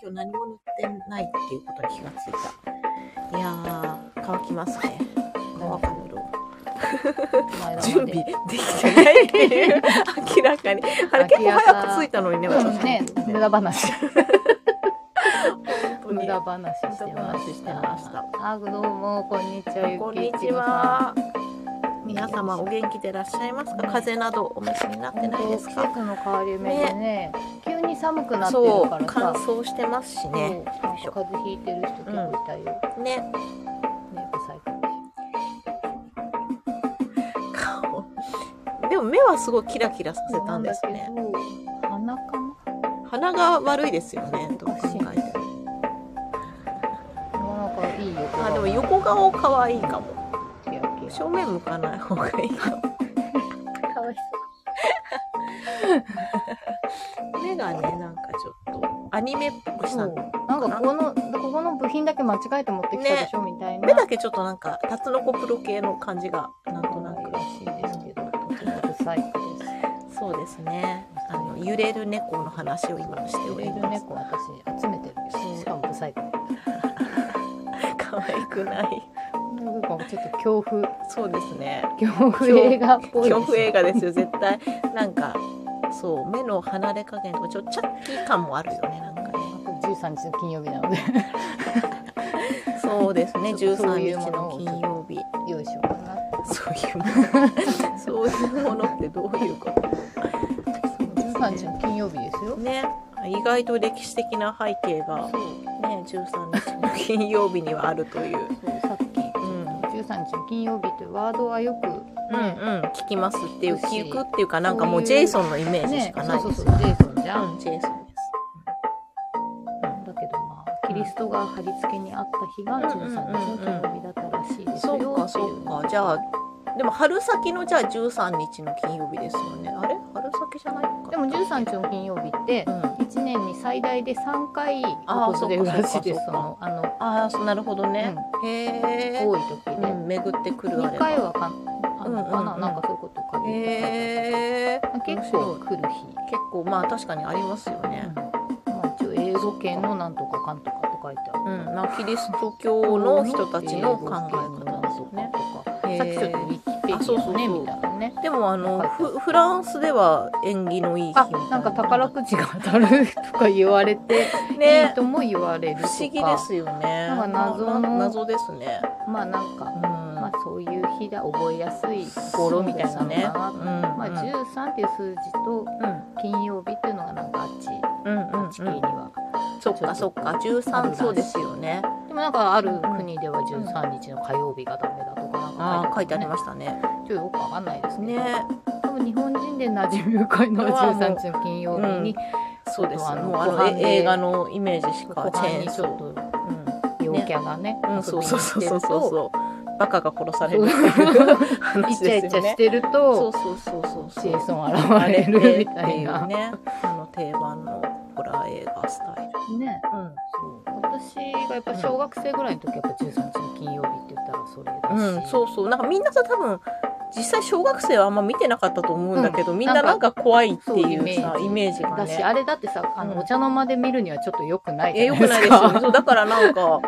今日何も塗ってないっていうことに気がついたいやー乾きますねもう赤塗ろう準備できてないっていう明らかにあれ結構早く着いたのにね私ね、無駄話。本当無に駄話してま無駄話ししてた。ましたあ、どうも、こんにちは。ゆこんきにいちちごはさん。皆様お元気でいらっしゃいますかね風邪などお召しになって本ない当です季か節の変わり目でね急に寒くなってそるうから乾さ。燥してますしねそうなんか風邪ひいてる人結構いたよ。ね、ね最近。顔でも目はすごいキラキラさせたんですねなんだけど。鼻か鼻が悪いですよねどう考えてもな。もうなんかいいよ。あでも横顔可愛いかも日焼け。正面向かない方がいいかもかわい目がねなんかちょっとアニメっぽくしたそんう。なんかここのここの部品だけ間違えて持ってきたでしょ、みたいな。目だけちょっとなんかタツノコプロ系の感じがなんとなくらしいですけど、ちょっと不細工です。そうですねあの揺れる猫の話を今して揺おれりるます猫私集めてるけそどうしかもブサイク可愛くないなんかちょっと恐怖そうですね恐怖映画っぽい恐怖映画ですよ絶対なんかそう目の離れ加減とかちょっとチャッキー感もあるよねなん かね十三日の金曜日なのでそうですねちょっとそうい13う日もののを金曜日用意しようかなそういうものそういうものってどういうこと十三日の金曜日ですよね意外と歴史的な背景がそうね13日の金曜日にはあるという、そうさっきうん、うん十三日の金曜日というワードはよくうんね,、聞きますっていううし聞くっていうかなんかもうジそういェうイソンのイメージしねかそなういそうですそうよジェイソンじゃん、うんジェイソンですだけどまあキリストが貼り付けにあった日が十三日の金曜日だったらしいですよそうかっていそうかじゃあでも春先のじゃあ13日の金曜日ですよねあれ春先じゃないのかでも十三日の金曜日ってうん一年に最大で三回あー訪れるらしいそうかそうですかそのあのああなるほどね、へえ多い時うで、ん、巡ってくるあ2れ回ばはかあのかな、うんうんうんなんかそういうことかへえ結構来る日、結構まあ確かにありますようんね、まあ、一応英語圏のなんとかかんとかって書いてあうる、んまあキリスト教の人たちの考え方ですよねとか、へーさっきちょっとウィキペディアあそうそうねそうみたいなねでもあのフフランスでは縁起のいい日みたあいななんか宝くじが当たるとか言われて、いいねとも言われる不とか思議ですよねなんか謎のな謎ですねまあなんか、うんまあ、そういう日だ覚えやすい語呂みたいなのかそな、うですねまあ、13っていう数字と金曜日っていうのがなんかあっちうんうんうんあっち系にはそっかそっか13そうですよねでもなんかある国では13日の火曜日がダメだとかなんあかあ書いてありまししたねたねちょっとよくわかんないですねね多分日本人で馴染み深いのうわは13日の金曜日に、そうですあとあのもうあごの飯でえ映画のイメージしか後チ半ェーにンちソょっーと陽キャがね、うん、うん、そうそうそうそうそううそうバカが殺されるそ話ですうイチャイチャよしねてるそうとそうそうそうそうジェイソン現れるみたいっなていうねあの定番のホラー映画スタイルねそう私がやっぱ小学生ぐらいの時やっぱ13日の金曜日って言ったらそれだし、うん、そうそうなんかみんなさ多分実際小学生はあんま見てなかったと思うんだけど、みんななんか怖いっていうさそうイイメージがだし、ねあれだってさ、あうの、んお茶の間で見るにはちょっと良くないじえゃよないくなですか。いですよねそうだからなんか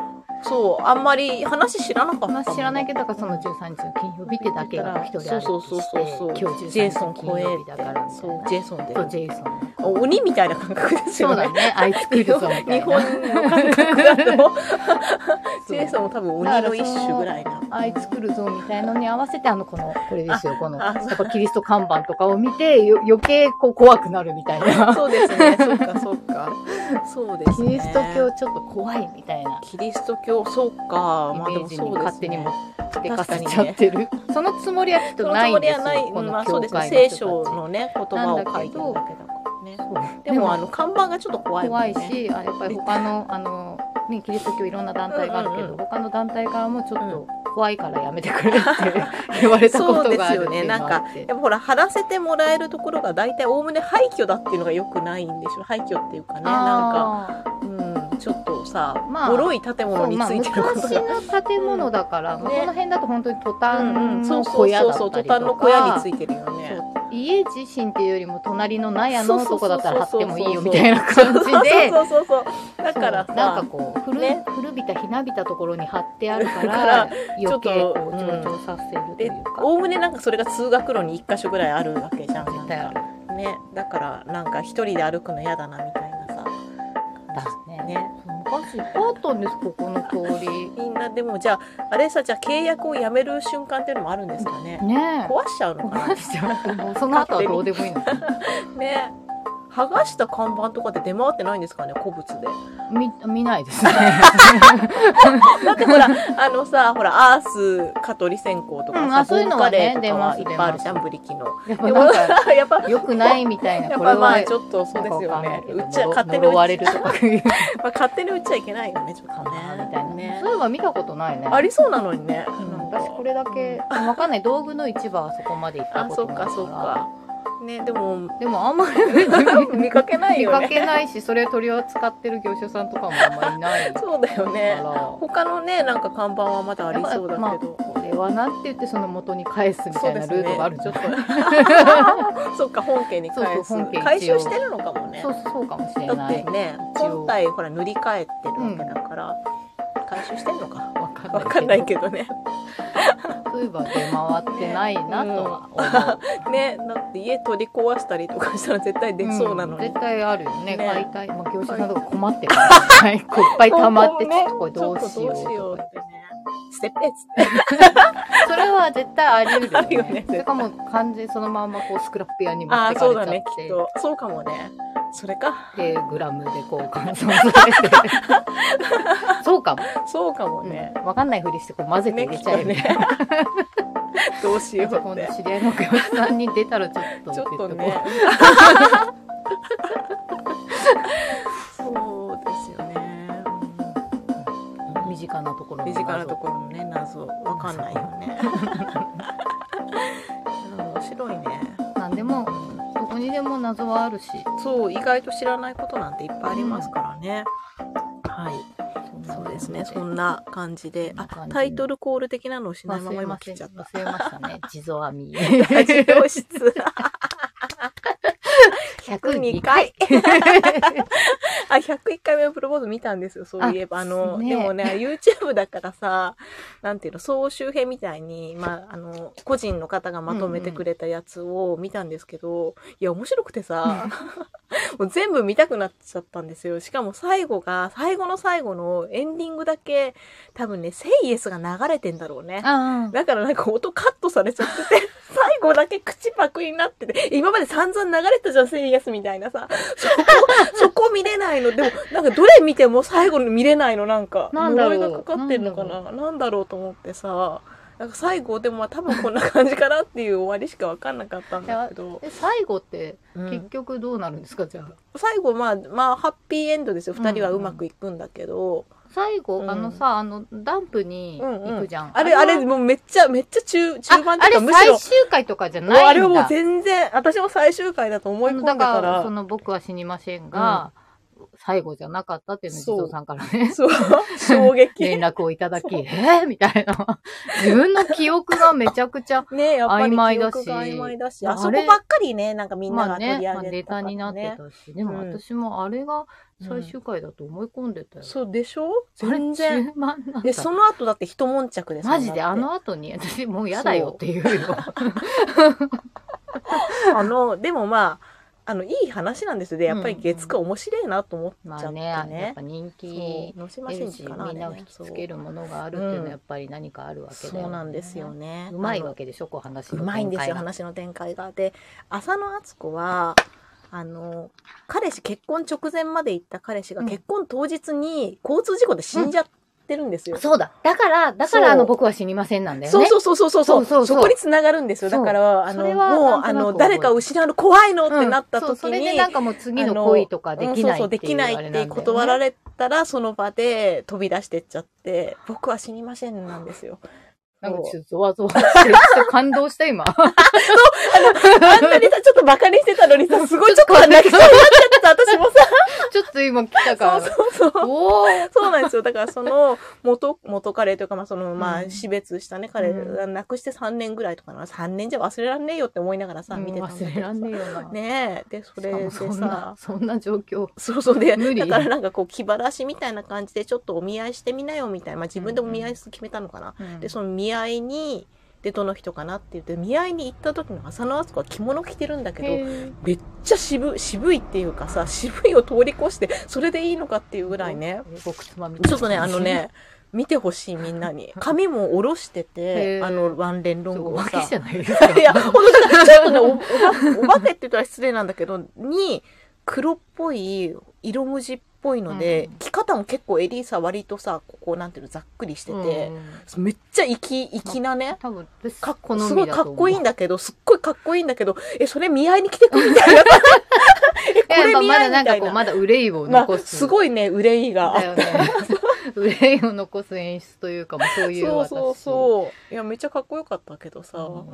そうあんまり話知らなかったもん まあ知らないけど、だからその13日の金曜日ってだけが一人そうそう歩そうきしそうそうて、今日ジェイ13日ソのン金怖え曜っ日てだからみたいそうな。ジェイソンでそう、ジェイソン。鬼みたいな感覚ですそうよねだね、あいつ来るぞみた日いな。本の 感覚だとジェイソンン。も多分鬼の一種ぐらいなあいつ来るぞみたいのに合わせて、あの、この、これですよ、この、あやっぱキリスト看板とかを見て、よ余計こう怖くなるみたいな。そうですねそうかそうかそうですキねリスト教ちょっと怖いみたいな。キリスト教そうかまあイでメーもジそうですにね勝手に持ってかせちゃってる、そのつもりはきっそとのないつもんりではすない、ようこんまのあそう教ですね会の人聖たち書のね言葉を書いてるだけだからねそうでもあの看板がちょっと怖いもん怖ねいしあやっぱり他のあの、ね、キリスト教いろんな団体があるけど、うんうん他の団体からもちょっと怖いからやめてくれって 言われたことがあるっていうのがあっやってぱほら貼らせてもらえるところが大体おおむね廃墟だっていうのがよくないんでしょ廃墟っていうかねなんか、あうん、ちょっとさ、まあボロい建ー物そうにつまあいてること昔が、の建物だから、うんまあねこの辺だと本当にトうんタうンんそのうそ小う屋そうだそうっ途たりとか、端の小屋についてるよねそう家自身っていうよりも隣の納屋のとこだったら貼ってもいいよそうそうそうそうみたいな感じでそうそうそうそうだからそさうなんかこう古,、ね古びたひなびたところに貼ってあるからだから余計こうちょっと強調させるとでいうか、おおむねなんかそれが通学路に1箇所ぐらいあるわけじゃんなん絶対あかるねだからなんか一人で歩くの嫌だなみたいなさだねね昔いっぱいあったんですここの通りみんなでもじゃああれさじゃあ契約をやめる瞬間っていうのもあるんですかねね壊しちゃうえのか壊しちゃうもうその後はどうでもいいのかななね剥がした看板とかって出回ってないんですかね古物で見 見ないです ねだってほ らあのさほらアース蚊取り線香とうんかあさ、そういうのボンはカレーねとかはい出っますぱいあるじゃんブリキのやっぱなん かやっぱ良くないみたいなやっこれぱまはあちょっとそうですよなんねかわかんないうけどっちゃ勝手に呪われ打るちとかいうまあ勝手に打っちゃいけないよねちょっかとなねみたいな、ねそういえば見たことないねありそうなのにね、うんなん私かこれだけわかんない道具の市場はそこまで行ったあそことっないかからそっかねでもでもあんま り見かけない見よかねけないしそれ取り扱ってる業者さんとかもあんまりいないからそうだよねこ他のねなんか看板はまだありそうだけど、れはなんて言ってその元に返すみそたういでなすルートがあるんちじょゃっないと そっか本家に返すそうそう本家一応回収してるのかもねそう そうそうかもしれだっなていね一応本体ほら塗り替えてるわけだから、回収してんのかわかんわかんないどけどね そういえば出回ってないなとは思うねだって家取り壊したりとかしたら絶対出そうなのんに、絶対あるよねね解体、まあ、業者さんとか困っ てるから、ね、こっぱい溜まってちょっとこれどうしようちょっとどうしようとっかてねステップっつってそれは絶対あり得るよ ねあるよねそれかもう完全にそのまんまこうスクラップ屋に持あっあーてかそれうちゃだって、ねきっとそうかもねそれかでグラムでこう換算されて そうかも、そうかもねね、分かんないふりしてこう混ぜてね入れきっちゃとえば、ね どうしようっ今て度知り合いの業者さんに出たらちょっとちょっと言ねこう そうですよね身近なところの身近なところのね謎わかんないよね 面白いねなんでもどこにでも謎はあるしそう意外と知らないことなんていっぱいありますからね、はいそうですねそんな感じでそんな感あじタイトルコール的なのをしないまま忘れ今ま切っちゃったせん忘れましたね地蔵編み ラジ オ室102 102回 回あ101回目のプロポーズ見たんですよそういえばあの、ねでもね YouTube だからさ なんていうの総集編みたいに、まあ、あの個人の方がまとめてくれたやつを見たんですけど、いや面白くてさ もう全部見たくなっちゃったんですよしかも最後が最後の最後のエンディングだけ多分ね「セイエスが流れてんだろうねあだからなんか音カットされちゃって て、最後だけ口パクになってて、今まで散々流れてたじゃん、セイエスみたいなさ。そ こ、そこ見れないの。でも、なんかどれ見ても最後の見れないの、なんか。なんだろう呪いがかかってんのかな。なんだろうと思ってさ。なんか最後、でもまあ多分こんな感じかなっていう終わりしかわかんなかったんだけどあ。で最後ってうん結局どうなるんですか、じゃあ最後、まあ、まあ、ハッピーエンドですよ。うん二人はうまくいくんだけど。最後、うんあのさあのダンプにうんうん行くじゃん、あれ、あれ、はもうめっちゃ、めっちゃ中、あ中盤ってあいうれか、むしろ最。終回とかじゃないんだあれはもう全然、私も最終回だと思い込んだだかかららそ。の「僕は死にませんが」最後じゃなかったっていうのをそう児童さんからねそう、衝撃。 連ね絡をいただき「えーみたいな自分の記憶がめちゃくちゃやっぱり曖昧記だし憶が曖昧だし、ああれそこばっかりね、なんかみんなまがあ取ねりま上あげネてたかタらになってね。たしでもうん私もあれが最うん終回だと思い込んでたよ、そうでしょあれ全然。中盤なんで、だその後だって一悶着ですもんマジでだっあての後に私もう嫌だよっていうよあの、でもまあ、あの、いい話なんですよ。で、やっぱり月9面白いなと思っちゃ まっあてねやっねぱ。人そう気野島出真る司しかな。みんなあをれね引きつけるものがあるっていうのはやっぱり何かあるわけそうだよねそうなんですよね。うまいわけでしょこう話うのまいんですよ展開が話の展開が。で浅野敦子はあの彼氏結婚直前まで行った彼氏がうん結婚当日に交通事故で死んじゃってるんですよ。そうだだからだかそうらあの僕は死にませんなんだよねそうそうそうそうそうそうそうそうこにつながるんですよだからあそれのはもうなあんとなくの覚えてる誰かを失うの怖いのってなったそう時それでに、なんかもう次の恋とかでうんきそうないそうってでいきうないあっれなんだてよね断ら れたらその場で飛び出してっちゃって僕は死にませんなんですよなんかちょっとゾワゾワしてる。ちょっと感動し た今。あんなにさ、ちょっとバカにしてたのにさ、すごいちょっと泣 きそうになっちゃった、私もさ。ちょっと今来たから。そうそうそう。おー そうなんですよ。だからその元、元彼というか、まあその、まうあん死別したね、彼が亡くして3年ぐらいとかな、3年じゃ忘れらんねえよって思いながらさ、見てたんだけど忘れらんねえよな。ねえ。で、それしかもでそんなさ、、そんな状況。そうそうで、無理だからなんかこう気晴らしみたいな感じでちょっとお見合いしてみなよみたいな、まあ自分でお見合い決めたのかな。で、その見合いに、で、どの人かなって言って、見合いに行った時の浅野敦子は着物着てるんだけど、へめっちゃ渋渋いっていうかさ渋いを通り越してそれでいいのかっていうぐらいねー。僕つまみ。ちょっとねあの。ね見てほしいみんなに髪も下ろしてへてーあのワンレンちロょンっグとおを化さけじゃないですか。 いや本当だちょっとねおおばお化けって言ったら失礼なんだけどに黒っぽい色無地っぽいので、うん着方も結構エリーさ割とさここなんていうのざっくりしててう、んめっちゃ粋粋なね多分、私かっ好みだと思うすごいかっこいいんだけど、すっごいかっこいいんだけど、え、それ見合いに来てくみた いな。え、こいやれまあ見ま合いだみなんたかいこう、な。まだ憂いをま残あ、す。すごいね、憂いだが。よね。憂いを残す演出というか、もうそういうそう私。そうそう。いや、めっちゃかっこよかったけどさ、うん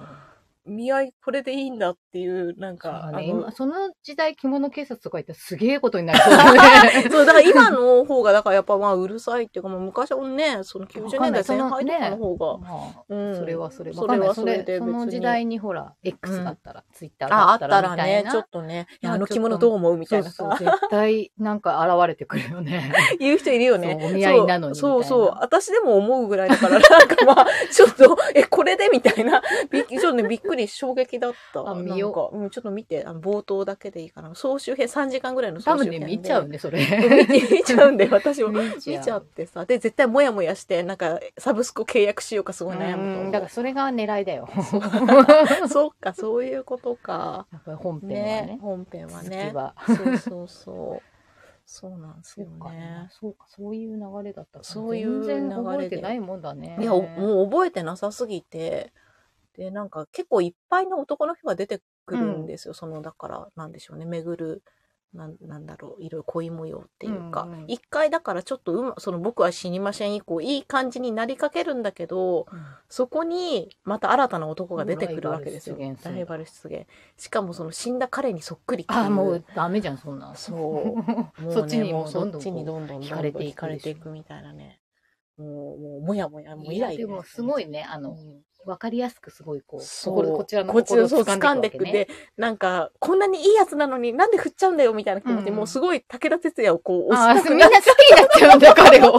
見合いこれでいいんだっていう、なんか、ああのねの今、その時代着物警察とか言ったらすげえことになりそうだね。 そう、だから今の方が、だからやっぱまあ、うるさいっていうか、まあ、昔はね、その90年代前半とかの方が、まあうん。それはそれ。それわかんない。はそそれれで別そにの時代にほら、X だったら、ツイッターあ、だあっったたららみたいねな。、ちょっとね、いやまああの着物どう思うみたいそうなそさう、。絶対なんか現れてくるよね。言う人いるよね。そうお見合いなのにみたいなそうそうそう。私でも思うぐらいだから、なんかまあ、ちょっと、え、これでみたいな。びっちょっとね、びっくり、衝撃だった。あ見よう。うん、ちょっと見て、あの冒頭だけでいいかな。総集編、3時間ぐらいの多総集分編ね、で。見ちゃうね、それ。見見ちゃ うんだよ、私も。見 見ちゃってさ。で、絶対モヤモヤして、なんか、サブスク契約しようかすごい悩むとう思んう。だからそれが狙いだよ。 そうか、そういうことか。やっぱり本編はねね。本編は続きね。は。そうそうそう。そうなんですそようかね。そうか、そういう流れだったからそういう流れで全然覚えてないもんだね。いや、おもう覚えてなさすぎて、で、なんか結構いっぱいの男の人が出てくるんですよ。その、だから、なんでしょうね、巡る、なんなんだろう、いろいろ恋模様っていうかうんうん、一、回だからちょっとうま、その僕は死にません以降、いい感じになりかけるんだけど、うんそこにまた新たな男が出てくるわけですよ。ライバル出現するライバル出現。しかもその死んだ彼にそっくりっていう。あ、もうダメじゃん、そんなん。そう。もうねそっちにももううどそんどっんちにこどんどんどんどん惹かれて惹いくでしょかれていくみたいなね。もう、もう、もやもや、うもうイいラやイラ。でもすごいね、あうの、んわかりやすくすごいこう、そう心こちらのこっち心ををそう掴掴んんででくくでわけね。なんかこんなにいいやつなのになんで振っちゃうんだよみたいな気持ちで、うんもうすごい武田鉄矢をこうあ押あ、しそうみんたなく好きになっちゃうん だ、彼を。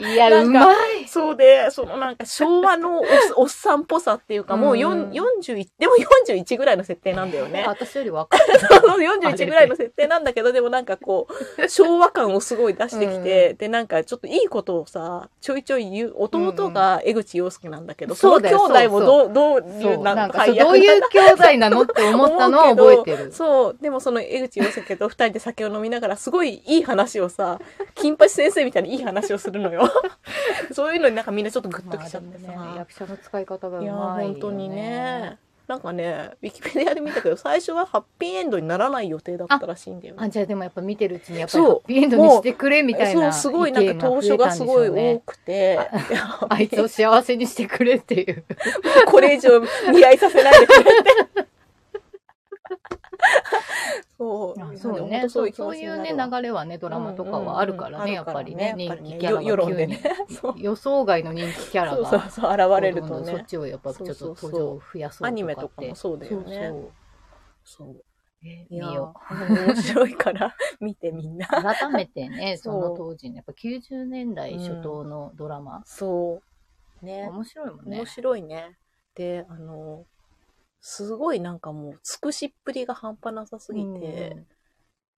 いや、なうんまかい。そうでそのなんか昭和のおっおっさんっぽさっていうかもうう4ん41でも41ぐらいの設定なんだよね。私より若い。 そう41ぐらいの設定なんだけど、でもなんかこう、昭和感をすごい出してきて、で、なんかちょっといいことをさ、ちょいちょい言う、弟が江口洋介なんだけど、そそうだのよ兄弟もどう、どうい、そうう、ななんんか、かそう最悪どういう兄弟なのって思ったのは覚えてる。そう、でもその江口洋介と二人で酒を飲みながら、すごいいい話をさ、金八先生みたいにいい話をするの よ。そういうのになんかみんなちょっとグッとまあきちでゃっもてさ。ね、役者の使い方がうまいいやよ、ーね。本当にね。なんかね、ウィキペディアで見たけど、最初はハッピーエンドにならない予定だったらしいんだよねあ、じゃあでもやっぱ見てるうちにやっぱりそうハッピーエンドにしてくれみたいそなう、すごいなんか当初がすごい多くて、あいつを幸せにしてくれっていう。これ以上見合いさせないでくれって。そう、あそう本当ねそう気持そうちいになうるわね流れはねドラマとかはあるからね、やっぱりねやっ人ぱり気ねキャラが世論急でにね。そう予想外の人気キャラそうがそうそう、現れるどとんどんそねっ。ちをやっぱちょっと登場を増やそうアニとメかとっかもてそうだよね。そうそう。えい見やよー、面白いから、見てみんなう。改め てねそそうの当時のやっぱ90年代初頭のドラマ、そう。ね。面白いもんね面白いね。で、あの、すごいなんかもう、尽くしっぷりが半端なさすぎて、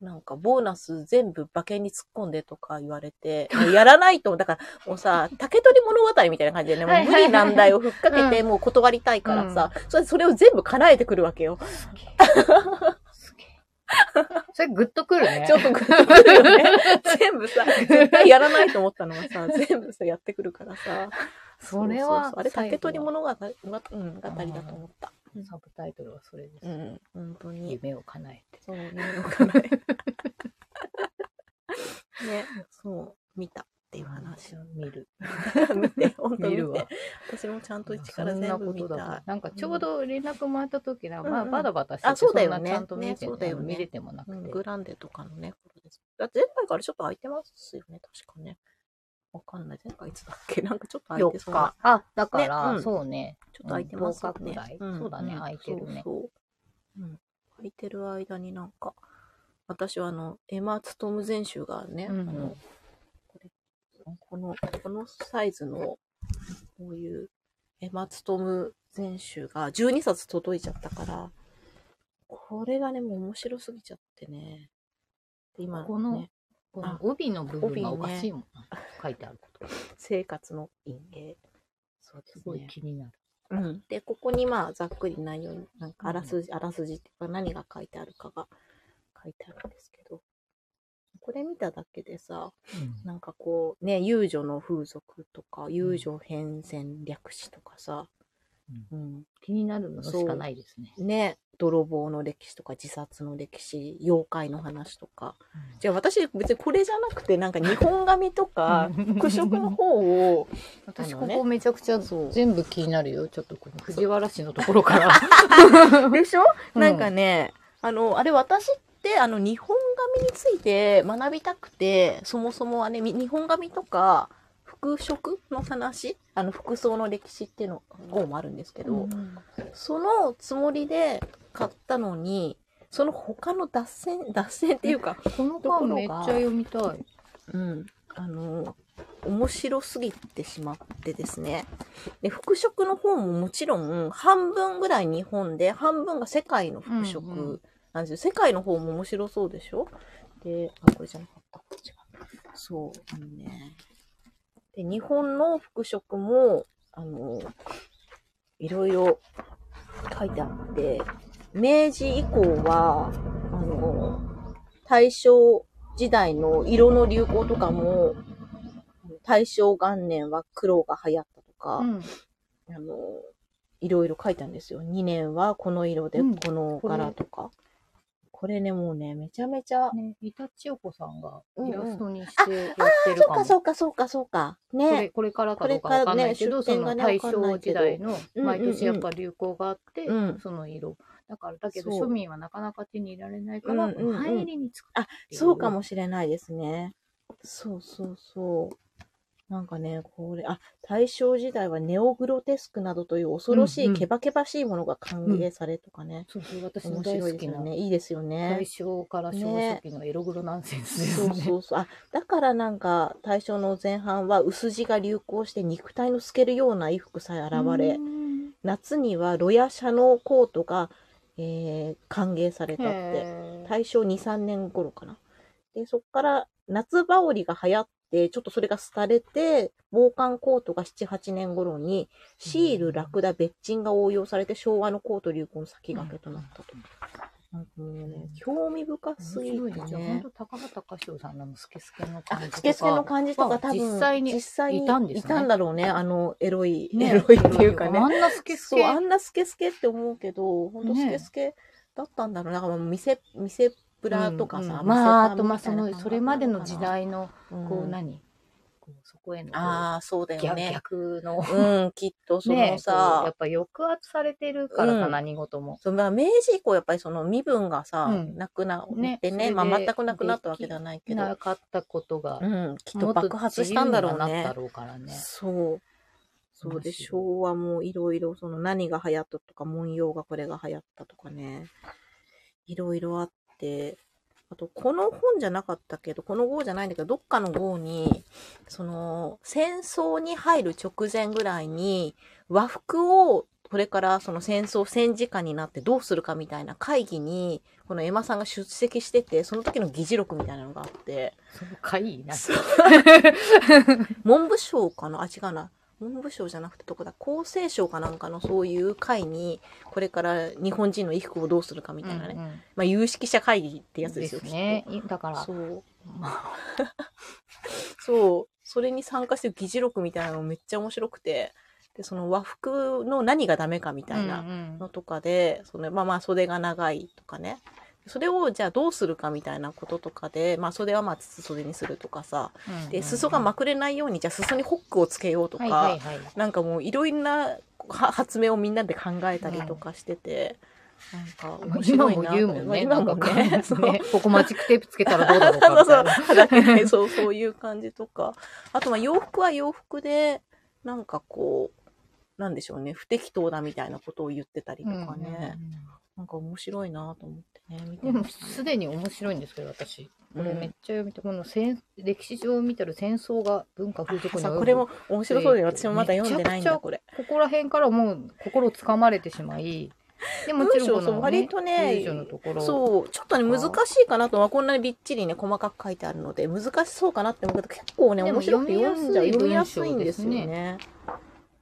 なんかボーナス全部馬券に突っ込んでとか言われて、もうやらないと、だからもう さ、竹取物語みたいな感じでね、もう無理難題をふっかけて、もう断りたいからさ、それそれを全部叶えてくるわけよ。うんすげえすげえそれグッとくるねちょっとグッとくる よね。全部さ、絶対やらないと思ったのが さ、全部さ、やってくるからさ。それはうううあれ竹取最後物語、まうん、語りだと思った。サブタイトルはそれです、うん、本当に。夢を叶えてそう、見るのか ない。ね、そう、見たっていう話。 を見る 見て、おんと見見るてわ。私もちゃんと一かそらんな全部こと見だたわなんかちょうど連絡もらった時だ、まうんうあんバタバタしててあそうだよねんなちゃんと見て、ねそうだよね見れてもなうくん、て、グランデとかのね、ことです。だ前回からちょっと空いてますよね、確かね。わかんない。前回いつだっけなんかちょっと空いて4そうな日。。あ、だから、ねうんそうね。ちょっと空いてますようん10ね日くらい。そうだね空いてるねそうそう。うん。空いてる間になんか、私はあの、エマ・ツトム全集がね、うんあの、これ、この、このサイズの、こういう、エマ・ツトム全集が12冊届いちゃったから、これがね、もう面白すぎちゃってね。で今、ね、このこの帯の部分帯ねがおかしいもんな、書いてあること。す生活の陰影。そうですごい気になる。うん、でここにまあざっくり内容なんかあらすじ、あらすじっていうか何が書いてあるかが書いてあるんですけどこれ見ただけでさなんかこうね遊女の風俗とか遊女変遷略史とかさ、うん気になるのしかないですね。ね泥棒の歴史とか自殺の歴史妖怪の話とかじゃあ私別にこれじゃなくてなんか日本髪とか服飾の 方を私あこのねこめちゃくちゃそう全部気になるよ。ちょっとこの藤原氏のところから。 でしょうんなんかね、あの、あれ私って、あの、日本髪について学びたくて、そもそもはね、み日本髪とか、服飾の話、あの、服装の歴史っていうの、号もあるんですけど、そのつもりで買ったのに、その他の脱線、脱線っていうか、この間めっちゃ読みたい。うん、あの、面白すぎてしまってですね。で、服飾の方ももちろん、半分ぐらい日本で、半分が世界の服飾うんうんなんですよ。世界の方も面白そうでしょで、あ、これじゃなかった。違う。そう、あのね。で、日本の服飾も、あの、いろいろ書いてあって、明治以降は、あの、大正時代の色の流行とかも、大正元年は黒が流行ったとか、うんあの、いろいろ書いたんですよ。2年はこの色でうんこの柄とか。これね、もうね、めちゃめちゃ。ね、イタチヨコさんがうんうんイラストにしてやってるそうかか、も。そこうか、そうか、そうか。れね。これからかどうかこれからねわかんないけど、出そ典がのね大正時代のうんうん毎年やっぱ流行があって、うんその色。だから、だけどそう庶民はなかなか手に入れられないから、うんうんうんこの入りに作ったっていそうか。もしれないですね。そうそうそう。なんかね、これ、あ、大正時代はネオグロテスクなどという恐ろしうんいうんケバケバしいものが歓迎されとかね。そうそう、私の面大白い好ですきよな、ね。いいですよね。大正から昭和初期のエログロナンセンスですそようね。そうそう。あ、だからなんか、大正の前半は薄地が流行して肉体の透けるような衣服さえ現 れ、うん夏にはロヤシャのコートが、えー歓迎されたって。へー大正2、3年頃かな。で、そっから夏羽織が流行って、ちょっとそれが廃れて、防寒コートが7、8年頃に、シール、ラクダ、別鎮が応用されて昭和のコート流行の先駆けとなったと。なんかもうね、興味深すぎ面白いてね。じゃあ、ね本。当高畑隆夫さんのあのスケスケのあ感じとか。スケスケの感じとか多分実際に実際にいたんですねいたんだろうねあのエロい、ねエロいっていうかねあんなスケスそうケ。あんなスケスケって思うけど本当スねケスケだったんだろうなんかもう店店プラとかさ、うんまあ、あ店とパンまあみたそいなのそれまでの時代のうんこう何、こうそこへのこうああそうだよ逆ね逆のうんきっとそねのこうやさっぱ抑圧されてるからか、うん何事も。そのまあ明治以降やっぱりその身分がさ、うんなくなねってねそれでまあ全くなくなったわけではないけどなかったことが、うんきっもとっと爆発したんだろう自由にはねなったろうからね。そう。そうで、昭和もいろいろ、その何が流行ったとか、文様がこれが流行ったとかね、いろいろあって、あと、この本じゃなかったけど、この号じゃないんだけど、どっかの号に、その、戦争に入る直前ぐらいに、和服を、これからその戦争、戦時下になってどうするかみたいな会議に、このエマさんが出席してて、その時の議事録みたいなのがあって、その回な。そう文部省かなあ違うな文部省じゃなくてどこだ厚生省かなんかのそういう会にこれから日本人の衣服をどうするかみみたいなね、うんうんまあ、有識者会議ってやつですよですね。いだきっとから、そうまあ そうそれに参加してる議事録みたいなのめっちゃ面白くてでその和服の何がダメかみたいなうんうんのとかで、そのまあまあ袖が長いとかねそれをじゃあどうするかみたいなこととかで、まあ、それはまあ筒袖にするとかさで裾がまくれないようにじゃあ裾にホックをつけようとか、はいはいはいなんかもういろんなは発明をみんなで考えたりとかしてて、なんかまあ面今白いもな言うもんまあね。今なんもかこうね ねそう、ここマジックテープつけたらどうだろうかみたいな。 ね そうそういう感じとかあとまあ洋服は洋服でなんかこうなんでしょうね不適当だみたいなことを言ってたりとかね、なんか面白いなと思ってね見でてもましたねすでに面白いんですけど私これうんめっちゃ読みたいこの戦歴史上見てる戦争が文化風俗に及さぶこれも面白そうで私もまだ読んでないんだめちゃくちゃこれ。ここら辺からもう心つかまれてしまいでもちろんこ文章その、うね、割とね文章のところそうちょっとね難とかしいかなとはこんなにびっちりね細かく書いてあるので難しそうかなって思うけど結構ねでも面白く読んじゃう読読みみややすすいいん文章でですすよねね。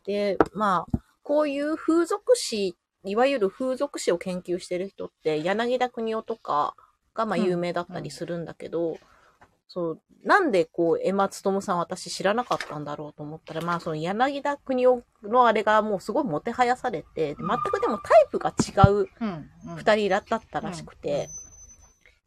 でまあこういう風俗詩いわゆる風俗詩を研究してる人って柳田邦夫とかがまあうん有名だったりするんだけど、そうなんでこう江松智さん私知らなかったんだろうと思ったらまあその柳田邦夫のあれがもうすごいもてはやされてで全くでもタイプが違ううんうん二人だったらしくて、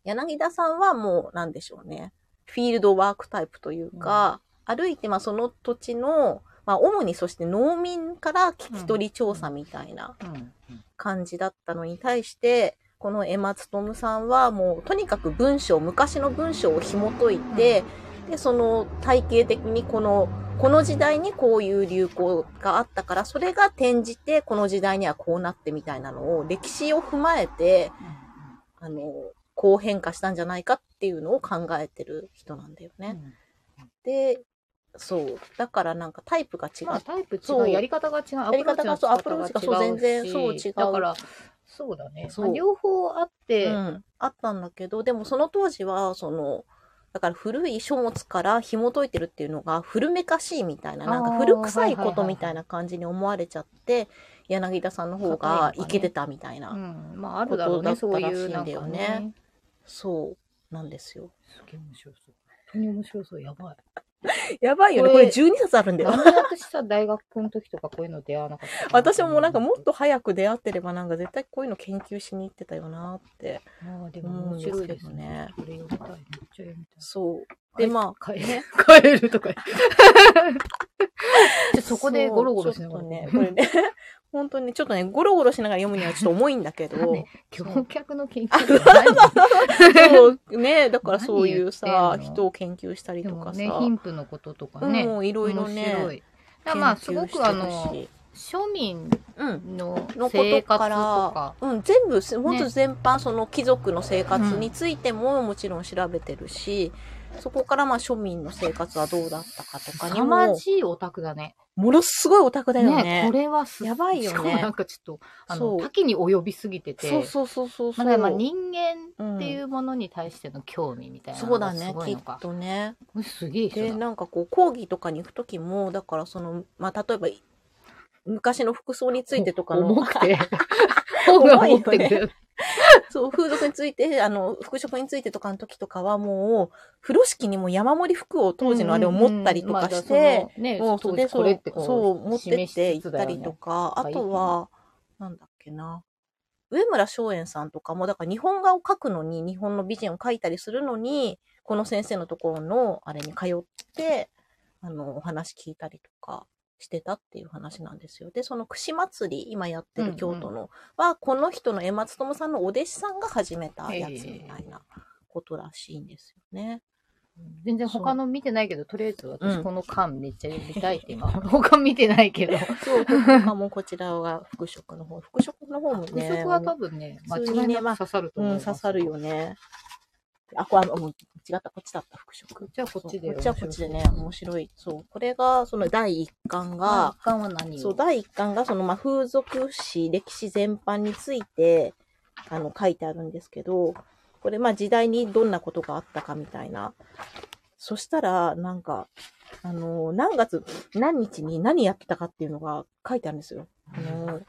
柳田さんはもう、なんでしょうね、フィールドワークタイプというか、歩いて、まあ、その土地の、まあ、主にそして農民から聞き取り調査みたいなうん感じだったのに対して、この江松智さんはもうとにかく文章、昔の文章を紐解いて、で、その体系的にこの、この時代にこういう流行があったから、それが転じてこの時代にはこうなってみたいなのを歴史を踏まえて、あの、こう変化したんじゃないかっていうのを考えてる人なんだようんうね。んで、そう。だからなんかタイプが違う。まあタイプ違そううやり方が違うアり方がそうプロアプローーチの仕方チがそう全然そう違う違しうだからそうだねそうまあ両方あって、うん、あったんだけど、でもその当時は、その、だから古い書物から紐解いてるっていうのが古めかしいみたいな、なんかあー古臭いはいはいこはいとはいみたいな感じに思われちゃって、柳田さんの方が硬いのかねイケてたみたいな、うん、まああるだろうねこそとうだったいらしいうんなんだかよねねそうなんですよ。すげえ面白そう本当に面白そうやばいやばいよよね。ねこれこ12冊あるんだよ。何で私さ大学の時とかこういうの出会わなかったか 私もなんかもっと早く出会ってればなんか絶対こういうの研究しに行ってたよなって。ああでも面白いですねこれ読みたいめっちゃ読みたいそう。で、まあ、帰るね帰るとか言って じゃあそこでゴロゴロしながそうら、ちょっとね、これね、 本当にねちょっとね、ゴロゴロしながら読むにはちょっと重いんだけ ど、ね橋脚の研 究とかないそうね、だからそういうさ何言っ、てんの人を研究したりでともかさ、ね貧富のこととかうんね、もういろいろ面白ね、いだからまあす研究ごしてくあるのし庶民うん。ののこ生と活とか、からうん、全部、本当全般、その貴族の生活についてももちろん調べてるし、そこからまあ庶民の生活はどうだったかとかに凄まも、じいオタクだね。ものすごいオタクだよね。これはすやばいよねしかもなんかちょっと、あそうの、多岐に及びすぎてて。そうそうそうそうそう。まあだからまあ人間っていうものに対しての興味みたいなそうのだがねすごきいっのか。とね。これすげでえ人だ。なんかこう講義とかに行く時もだからその、まあ、例えばい昔の服装についてとかの重くて。本が重くて重いよ そう風俗についてあの服飾についてとかの時とかはもう風呂敷にも山盛り服を当時のあれを持ったりとかして。うんうんうんまもうあじゃあそそのれね、そこうれってこう、そう持ってって示し行つっつだたよねりとか、あいいねとは、なんだっけな。上村松園さんとかも、だから日本画を描くのに、日本の美人を描いたりするのに、この先生のところのあれに通って、あの、お話聞いたりとかしてたっていう話なんですよ。で、その串祭り、今やってる京都の、うんは、この人の江松智さんのお弟子さんが始めたやつみたいなことらしいんですよね。全然他の見てないけど、とりあえずう私んこの巻めっちゃ読みたいって今、他見てないけど。 そう、 他もこちらが服飾の方。服飾の方も服ね。飾は多分ね、間普通違にいねまなあく刺さると思ういまん、す。刺さるよね。あ、これ、あもう違った、こっちだった、服飾。じゃあこっちでそうこっちはこっちでね、面面白い。そう。これが、その第1巻がが、、一巻は何をそう、第1巻が、その、まあ、風俗史、歴史全般について、あの、書いてあるんですけど、これ、まあ、時代にどんなことがあったかみたいな。そしたら、なんか、あの、何月、何日に何やってたかっていうのが書いてあるんですよ。あの、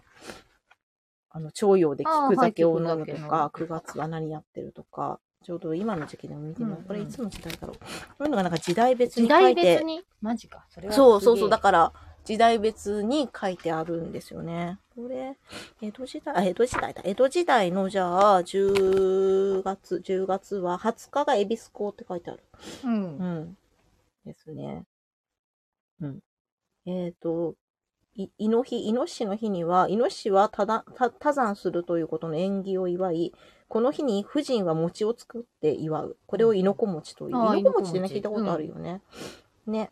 あの徴用であー菊酒を飲むとはかい、 9月は何やってるとか、ちょうど今の時期でも見てみようんうう。んこれいつの時代だろう。こういうのがなんか時代別に時書い代て別、にマジか。それはそうそうそう、だだから時代別に書いてあるんですよね。これ、江戸時代、あ、江戸時代だ。江戸時代の、じゃあ、10月、10月は、20日が恵比寿港って書いてある。うんう。ん。ですね。うん。えっ、と、い、いの日、いのしの日には、いのしはただ、た、多山するということの縁起を祝い、この日に婦人は餅を作って祝う。これをいのこ餅という。あーいのこ餅ってね、聞亥の子餅いたことあるよね。ね。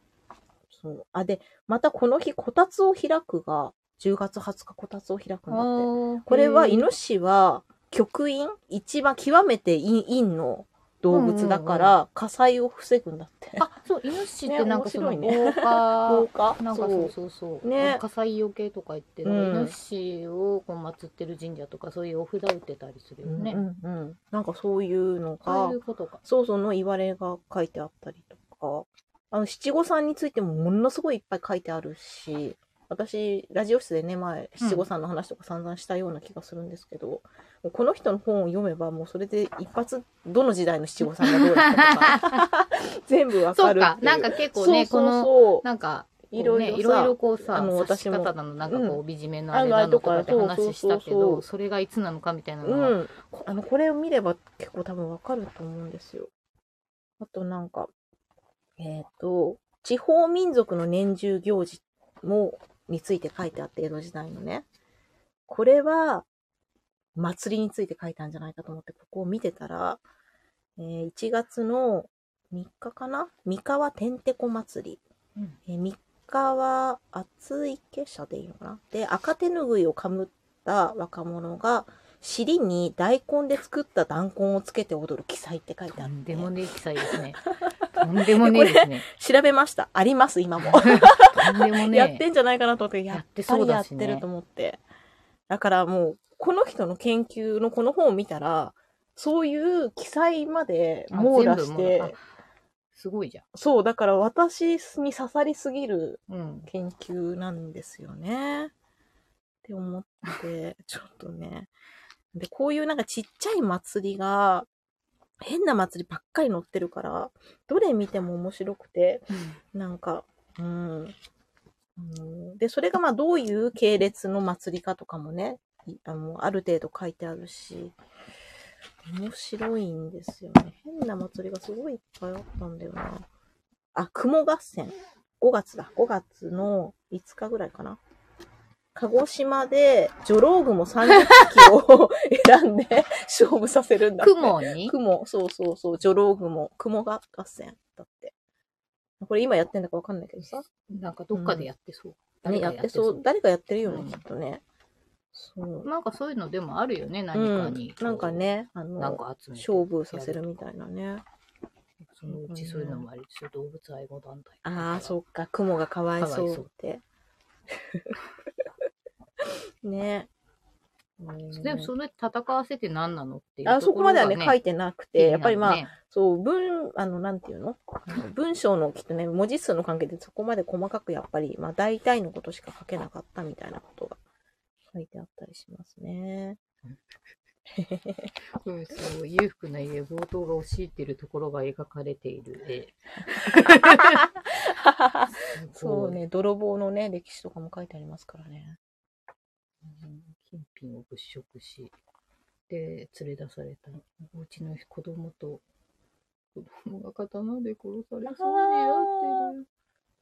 そう。あ、で、またこの日、こたつを開くが、10月20日こたつを開くんだって。これは、イノシシは、極陰一番極めて陰陰の動物だから、うん火災を防ぐんだって。あ、そう、イノシシってなんかそのね面防火 防、火なんかそうそうそう、ね火災よけとか言って、うんイノシシをこう祀ってる神社とかそういうお札売ってたりするようんね。うんうん。なんかそういうのあがあいう、ことか。そうそうの言われが書いてあったりとか、あの、七五三についてもものすごいいっぱい書いてあるし、私、ラジオ室でね、前、七五三の話とか散々したような気がするんですけど、もうこの人の本を読めば、もうそれで一発、どの時代の七五三がどうだったとか、 全部わそかうるっか、ていう。なんか結構ね、そうそうこの、そうなんか、こうねいろいろさいろいろこうさ、あの刺私しも方なの、なんかこう、帯締めのああれなのとかっあてのあれとか話しそうそうそたけうそど、うそれがいつなのかみたいなのは、うん、こあのこれを見れば結構多分わかると思うんですよ。あとなんか、えっ、と、地方民族の年中行事もについて書いてあって、江戸時代のね。これは、祭りについて書いたんじゃないかと思って、ここを見てたら、えー1月の3日かな三河てんてこ祭り。うんえー三河厚池社でいいのかなで、赤手ぬぐいをかむった若者が、尻に大根で作った弾根をつけて踊る記載って書いてとあるんんでで、もねえ記載ですね。とんでもねえで すね。調べました。あります、今も。とんでもねえ。やってんじゃないかなと思って、ややっってぱそうりやだっしてるねと。思って。だからもう、この人の研究のこの本を見たら、そういう記載まであ網羅全し部網羅て、すごいじゃそう、だから私に刺さりすぎるん。うん。研究なんですよね。って思って、ちょっとね。で、こういうなんかちっちゃい祭りが、変な祭りばっかり載ってるから、どれ見ても面白くて、なんか、うん。うんで、それがまあどういう系列の祭りかとかもね、いあのある程度書いてあるし、面白いんですよね。変な祭りがすごいいっぱいあったんだよな。あ、雲合戦。5月だ。5月の5日ぐらいかな。鹿児島で、ジョロウグモ30匹を 選んで勝負させるんだって。雲に雲、そうそうそう、ジョロウグモ、雲が合戦だって。これ今やってんだかわかん ないけどさ。なんかどっかでやってそう。ね、誰かやってそう。。誰かやってるよね、うんきっとね。そう。なんかそういうのでもあるよね、何うかんに。、なんか。ね、あの、なんか集めて。勝負させるみたいなね。そのうちそういうのもありそう。動物愛護団体。ああ、そっか、雲がかわいそうって。 ね。うんでもそれ戦わせて何なのっていうあとそこころまでがはね。ね、書いてなくて、やっぱりまあ、気になるねそう、文、あの、なんていうのあの文章のきっとね、文字数の関係でそこまで細かくやっぱり、まあ大体のことしか書けなかったみたいなことが書いてあったりしますね。うんそう、裕福な家、冒頭が教えているところが描かれている絵。 そう。ね、泥棒のね、歴史とかも書いてありますからね。金品を物色し、で、連れ出されたおうちの子供と、子供が刀で殺されそうになってる。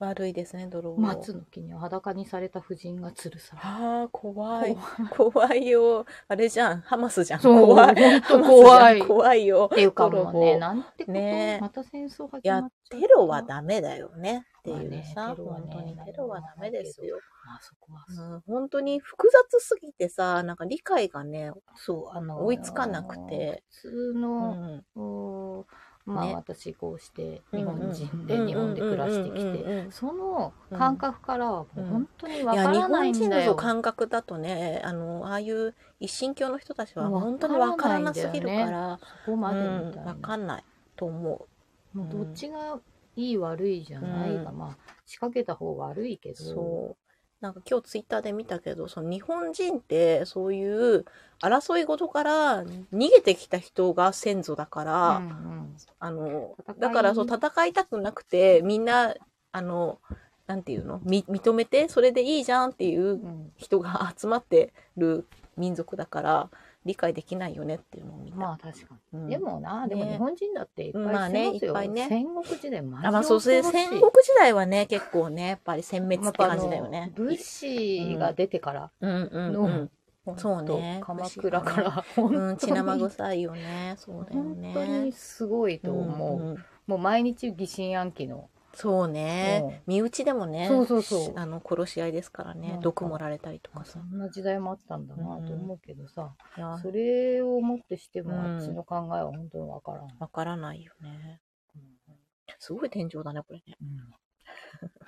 悪いですね、泥棒。松の木に裸にされた婦人が吊るされた。ああ、怖怖いい。怖いよ。あれじゃん、ハマスじゃん。そう、怖ほい。ハんとマスじゃん怖い。っ怖いよ。ていうかも泥う棒ね、なんてこと、ねえまた戦争始まっちいゃうや、テロはダメだよね。っていうまさ、あねテロは本ね当にテロはダメですよ。まあそこはうそう。ん、本当に複雑すぎてさ、なんか理解がね、そう、あのー追いつかなくて。普通うの、ん、おーまあ、ね私こうしてうん日うん本人で日本で暮らしてうんうんきうんうんうんてその感覚からはもう本当にわいかや日らな本いん人だのよ。そう感覚だとねあのああいう一神教の人たちはわ本当に分からなすぎるかからそこまでみたいな、分かんないと思もうどっちがいい悪いじゃないが、うまあ仕掛けた方が悪いけうどそうなんか今日ツイッターで見たけどその日本人ってそういう争い事から逃げてきた人が先祖だから、うんうんあの戦いだからそう戦いたくなくてみんなあのなんていうのみ認めて、それでいいじゃんっていううん、人が集まってる民族だから、理解できないよねっていうのを見た。まあ確かに、うんでもなでもね日本人だっていっぱいまあしてねますいよ、っぱいね戦国時代マジあまあ、そう恐ろ戦しい国時代はね、結構ね、やっぱり殲滅って感じだよやっねぱ。あの武士が出てから、うんうんのうん。ほんとそうね鎌倉から、うん、本血生当に臭いよね。そうだよ本当ねに。すごいと思う、んんもう毎日疑心暗鬼のそうね。身内でもね、そうそうそうあの、殺し合いですからなんねか。毒盛られたりとかそさ。んな時代もあったんだなと思うけどさ、いやそれをもってしてうもんあっちの考えは本当にわからん、わからないよね。うんすごい天井だね、これね。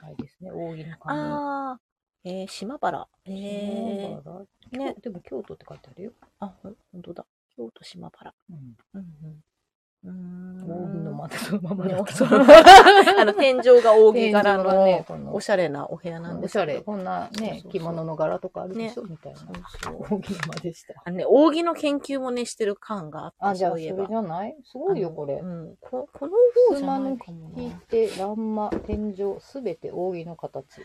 あれですね扇の髪ああ。えー、島原。ええー、ね。でも京都って書いてあるよ、あ、ほんほんとだ。京都島原。うん、うんうん。うーん。扇のまたそのままねだっおたそう あの、天井が扇柄天井がねのこのおしゃれなお部屋なんおでしすゃけどれこんなそうそうねそう着物の柄とかあるでしょ、みたいなそうそう。扇の間 でしたあのね、扇の研究もね、してる感があって、あじゃあそそういれえばじ。ゃないすごいよこれうん、ここの方じゃ襖なのいかも引いな。て欄間天井すべて扇の形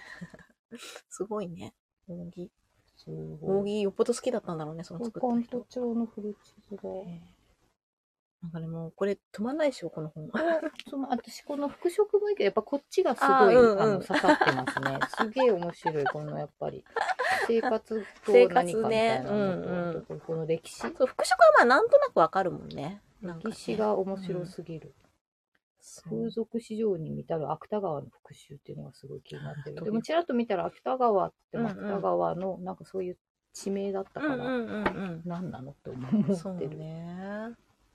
すごいね。扇。すごい扇、よっぽど好きだったんだろうね、その作コったント人。調の古地図がなんかね、もうこれ止まんないでしょ、この本。その私この服飾もいいけどやっぱこっちがすごいああ、ーうんうんの刺さってます ねすげえ面白いこのやっぱり生活と生何活かみたいなのと、ねあとこの歴史そう、服飾はまあなんとなくわかるもんね。なんかね歴史が面白すぎる、そう風俗市場に見たる芥川の復習っていうのがすごい気になってあーるでもちらっと見たら芥川ってうんうん芥川のなんかそういう地名だったうから、んうんうん何なのって思うん。そうってる、ね。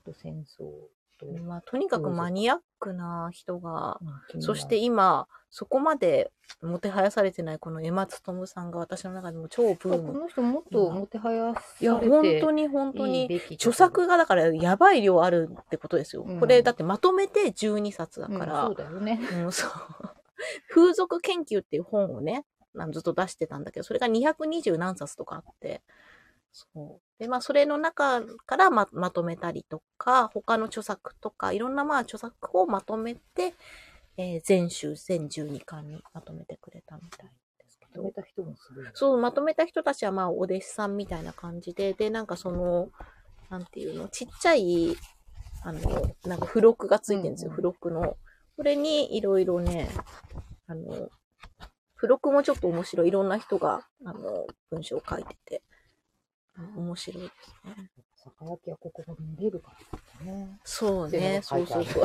と戦争と、まあ、とにかくマニアックな人が、気になるそして今、そこまでもてはやされてないこの江松智さんが私の中でも超ブこーム。の人もっともてはやさいや、れて本当に本当にいい。べきところ著作がだからやばい量あるってことですよ。うんこれだってまとめて12冊だから、ううんそんうだよね。そう風俗研究っていう本をね、なんずっと出してたんだけど、それが220何冊とかあって、そう。で、まあそれの中からままとめたりとか、他の著作とか、いろんなまあ著作をまとめて、えー全集全12巻にまとめてくれたみたいですけ止どめ。た人もすごい。そう、まとめた人たちは、まあ、お弟子さんみたいな感じで、で、なんかその、なんていうの、ちっちゃい、あの、なんか付録がついてるんですよ、うんうん付録の。これにいろいろね、あの、付録もちょっと面白い。いろんな人が、あの、文章を書いてて、面白いですね。坂焼きはここが見れるからね。そうね、全部書そういてそあ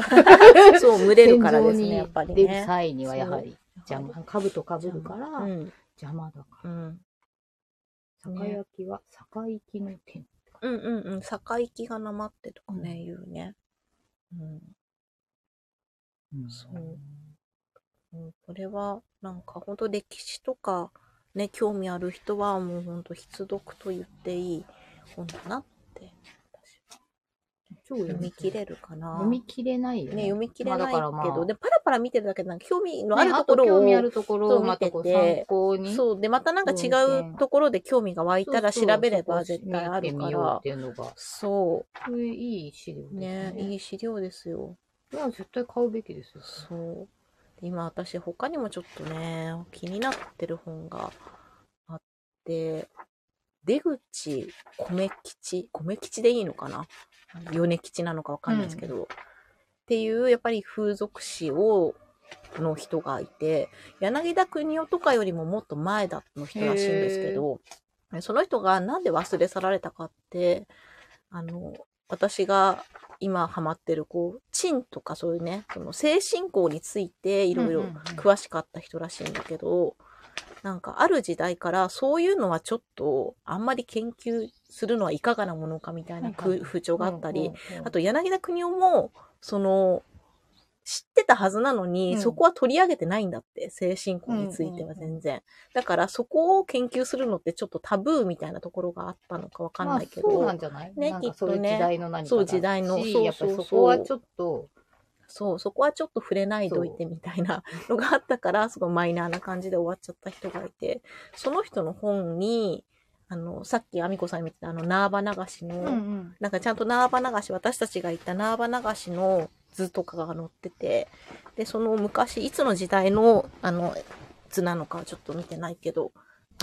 うるそう。 そう、群れるからですね、やっぱり天井に出るね。際にはやはり邪魔。株と被るからう邪ん、魔だかうら。ん。坂焼きは坂行きの天。うんうんうん、坂行きがなまってとかね、言うね。うんそううんこれはなんか本当歴史とかね興味ある人はもう本当必読と言っていい本だなって超読み切れ。れるかな。読み切れないよね読み切れないけまあだからまどあでパラパラ見てるだけでなんか興味のああるるととこころろ興を、味あるところそをうまたこう見てて参考に。そうでまたなんか違うところで興味が湧いたら調べれば絶対あるかそうそうそこを見てみようっらていうのが。そこれいい資料ですうねいい資料ですよ。いや、絶対買うべきですよ。そう。で今私他にもちょっとね、気になってる本があって、出口米吉、米吉でいいのかな米吉なのかわかんないですけど、っていうやっぱり風俗誌を、の人がいて、柳田国男とかよりももっと前だの人らしいんですけど、その人がなんで忘れ去られたかって、あの、私が今ハマってる、こう、チンとかそういうね、その精神校についていろいろうんうんうん詳しかった人らしいんだけど、なんかある時代からそういうのはちょっとあんまり研究するのはいかがなものかみたいなはいくはい風潮があったり、うんうんうんあと柳田国男も、その、知ってたはずなのに、うんそこは取り上げてないんだって、精神婚については全然。だからそこを研究するのってちょっとタブーみたいなところがあったのかわかんないけど、まあ、そうなんじゃないねね、なんかそういう時代の何かだしそう時代のそうやっぱりそうそそうこはちょっと、そう、そこはちょっと触れないどいてみたいなのがあったから、すごいマイナーな感じで終わっちゃった人がいて、その人の本に、あの、さっきアミコさん見てたあの、ナーバ流しの、んなんかちゃんとナーバ流し、私たちが行ったナーバ流しの図とかが載ってて、で、その昔、いつの時代の、あの、つなのかはちょっと見てないけど、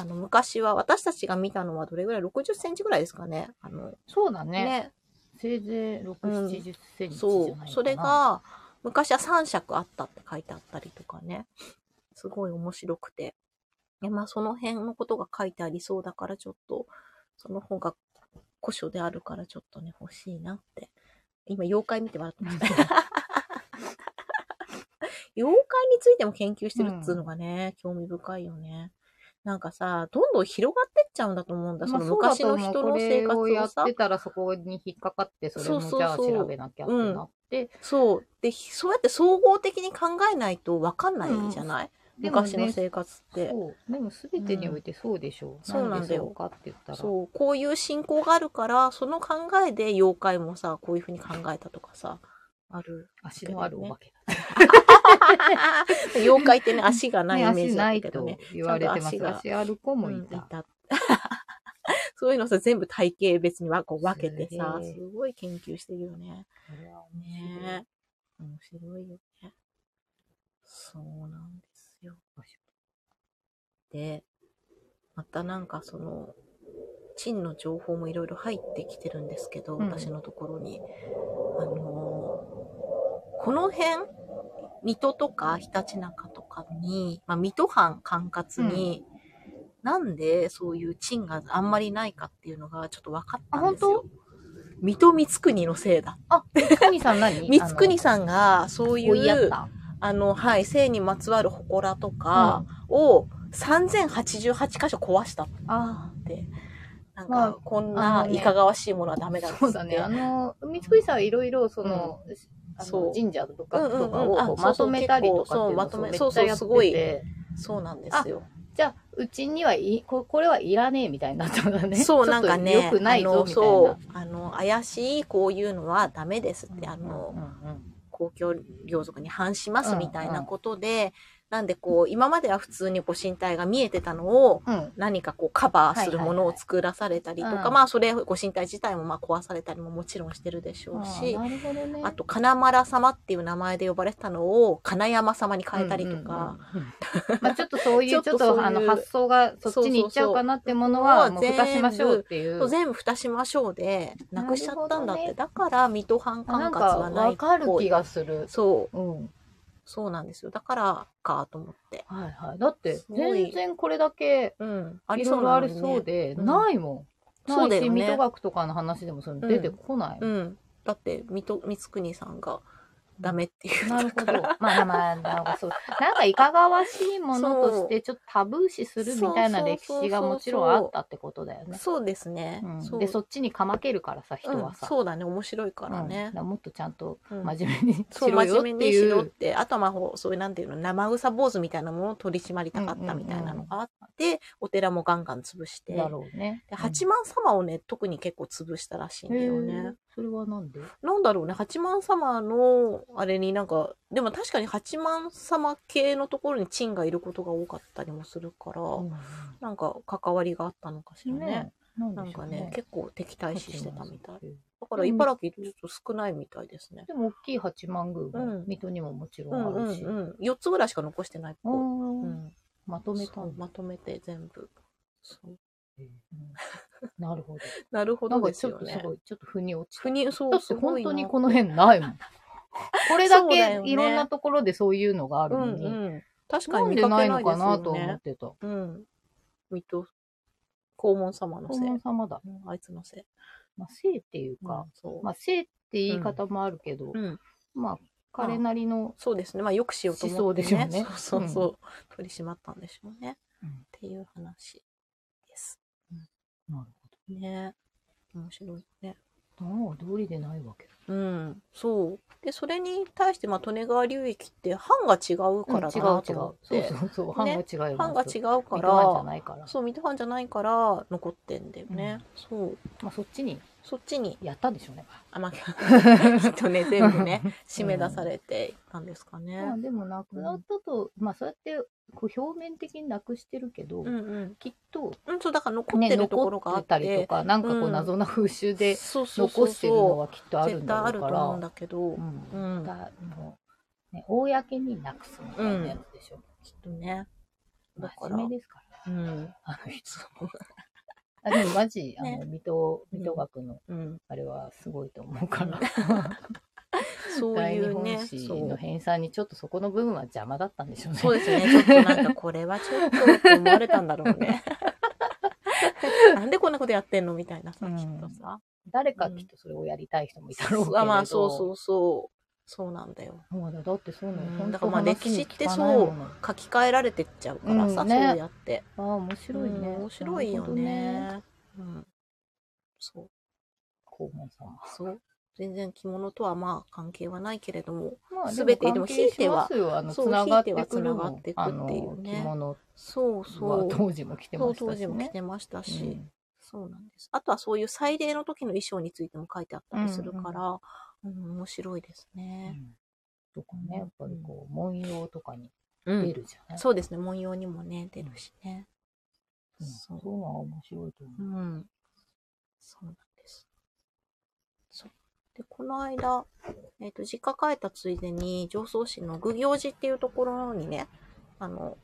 あの、昔は、私たちが見たのはどれぐらい ?60 センチぐらいですかね。あの、そうだね。ね。せいぜい6、うん70センチじゃないそかなう。それ、が、昔は3尺あったって書いてあったりとかね。すごい面白くて。いや、まあその辺のことが書いてありそうだからちょっと、その方が古書であるからちょっとね、欲しいなって。今、妖怪見て笑ってま した。妖怪についても研究してるっつうのがね、興味深いよね。なんかさ、どんどん広がってっちゃうんだと思うんだ。まそあのそうだ昔との思う人の生活これをやをっさ。てたらそこに引っかかって、それそもうそうそうじゃあ調べなきゃってなって、そう。で、ひそうやって総合的に考えないと分かんないじゃない、でもね昔の生活って。そう。でも全てにおいてそうでしょう。そうなんだよでそうかって言ったら。そう。こういう信仰があるから、その考えで妖怪もさ、こういうふうに考えたとかさ、あ る。足のあるお化けだ。妖怪ってね、足がないイねメー足ジだなっいたけどとね。言われてまちゃんす。と足が足ある子もいうんた。そういうのさ、全部体型別にわこう分けてさ、すげえすごい研究してるよね。これは面白いねえ。面白いよね。そうなんですよ。で、またなんかその、チンの情報もいろいろ入ってきてるんですけど、うん私のところに。あのーこの辺、水戸とかひたちなかとかに、まあ、水戸藩管轄に、なんでそういうチンがあんまりないかっていうのがちょっと分かったんですあよ。水戸光国のせいだ。光圀さん何光国さんがそうい追いやっう、た。あの、はい、性にまつわる祠とかを3088箇所壊したっあて、なんまあか、こんあなのねいかがわしいものはダメだっつって。そうだね。あの、三つさんはいろいろ、その、あのそう神社とかとかうんうんうんあをこうまとめたりとかっていうのをそうそうめ結構そうまとめっちゃやそうそうっすごていて、そうなんですよ。じゃあ、うちにはい、ここれはいらねえみたいになったんだね。 そう、ちょなっんとかね、良くないあぞの、みたいそう、あの、怪しい、こういうのはダメですって、な。あのう、んうん公共領族に反しますうんみたいなことで、なんでこう、今までは普通にこう身体が見えてたのを、うんうん何かこうカバーするはいもはいはいのを作らされたりとか、うんまあそれ、ご身体自体もまあ壊されたりももちろんしてるでしょうあしー、なるほどね。あと、金丸様っていう名前で呼ばれてたのを、金山様に変えたりとか、うんうん うん。まあちょっとそういう、ちちょょっとっそういうとあの発想がそっちに行っちゃうかなってものは、そもううそうそう蓋しましょうっていう。全部蓋しましょうで、なくしちゃったんだって。なるほどねだから、水戸藩管なんか轄はないわっかるぽ気い。がする。そう。うん。そうなんですよ。だからかと思って。はいはい。だってす、ごい全然これだけうん。あいりろそいうろなあのりに、ね、そうで、うんないもん。そうだないよねし、水戸学とかの話でもそれ出てこない。うん。だって、水戸光圀さんがダメっていう。なるほど。まあまあ、なんかそう。なんかいかがわしいものとそうして、ちょっとタブー視するみたいな歴史がもちろんあったってことだよね。そうですね。うんそうで、そっちにかまけるからさ、人はうんさ。そうだね。面白いからうんだね。からもっとちゃんとうん真面目にそしう、ろ真よっ面目てにしいろっう。て。あとはまあ、そういうなんていうの、生臭坊主みたいなものを取り締まりたかったみたいなのがあって、お寺もガンガン潰して。だろうね。で八幡様をね、特に結構潰したらしいんだよね。へーそれはなんでなんだろうね、八幡様の、あれになんか、でも確かに八幡様系のところにチンがいることが多かったりもするから、なんか関わりがあったのかしらね。ねななんでしょかうね、ね。結構敵対視してたみたい。だかうらん茨城ちょっと少ないみたいですね。でも大きい八幡宮うんも、水戸にももちろうんうんあんるし。うん。4つぐらいしか残してないっぽい。ううんん。まとめたそうんだ。まとめて全部。そうなるほど。なるほなどんかでちすょっよとすね。ごい、ちょっと腑に落ち不た。妊、そう、だってすご本いな当にこの辺ないもん。これだそうだよけねいろんなところでそういうのがあうるのんに、うん。確かなにん見でかけなないいですよのね。かなと思ってた。うん。水戸、黄門様の黄せい。門様だ。うんあいつのせい。まあ、性っていううん、かそう。まあ、性って言い方もあるけど、うん。まあ、彼なりの、そうですね。まあ、よくしようと思って、ね。思想でしょうねそうそうそう。取り締まったんでしょうね。うんっていう話です。なるね面白いね。ほど。通りでないわけ。うん。そう。で、それに対して、まあ、利根川流域って、藩が違うから違だうな違とう思っ。そうて。そうそう。版が違うよね。藩が違ううかじゃら、ないから。そう、水戸藩じゃないから、残ってんだよね。そう。まあ、そっちにそっちにやったんでしょうね。あ、 まあ、きっとね、全部ね、締め出されていったんですかね。まあでもなくなったと、まあそうやってこう表面的になくしてるけど、うんうん。きっと、うん、そう、だから残っね、てるところが残あっってたて、りとか、なんかこううん謎な風習でそうそうそ残うしてるのそはきっとう、ある絶ん対だあるろうとか思うんら、だけどう、んうだん、もうね、公になくすみたいなやつでしょ。きっとね。だから真面目ですから、 うん。あの人。あでもマジ、あの、水戸、水戸学の、うん。あれはすごいと思うから。 そう大い日う 本ね、史そのう。編纂にちょっとそこの部分は邪魔だったんでしょうね。そうですね。ちょっとなんかこれはちょっとって思われたんだろう ね。なんでこんなことやってんのみたいなさ、うんきっとさ。誰かきっとそれをやりたい人もいたろうけれど。。あまあ、そうそううそう。そうなんだよ。そうだ、だってそうなの。うん本当だからまあ話に聞か歴ない史ってそうもの書き換えられてっちゃうからさ、うんねそうやって。ああ、面白いね。うん面白いよなるほどね。ね。うん。そう。黄門様。そう。全然着物とはまあ関係はないけれども、ま全てでも関係しますよあの、そうつながってくるひいてはつながもっんてくあっていのうね着物そうそはう。当時も着てそまうした当時しも着ね。てましたし、うんそうなんです。あとはそういう祭礼の時の衣装についても書いてあったりするから、うん面白いですうね。んとかね、やっぱりこう、文様とかにう出ん。るじゃないそうですね。文様にもね、出るしね。うんそそうういうのは面白いと思うう。ん。そうなんです。そう。で、この間、えっ、と、実家帰ったついでに、常総市の具行寺っていうところにね、あの、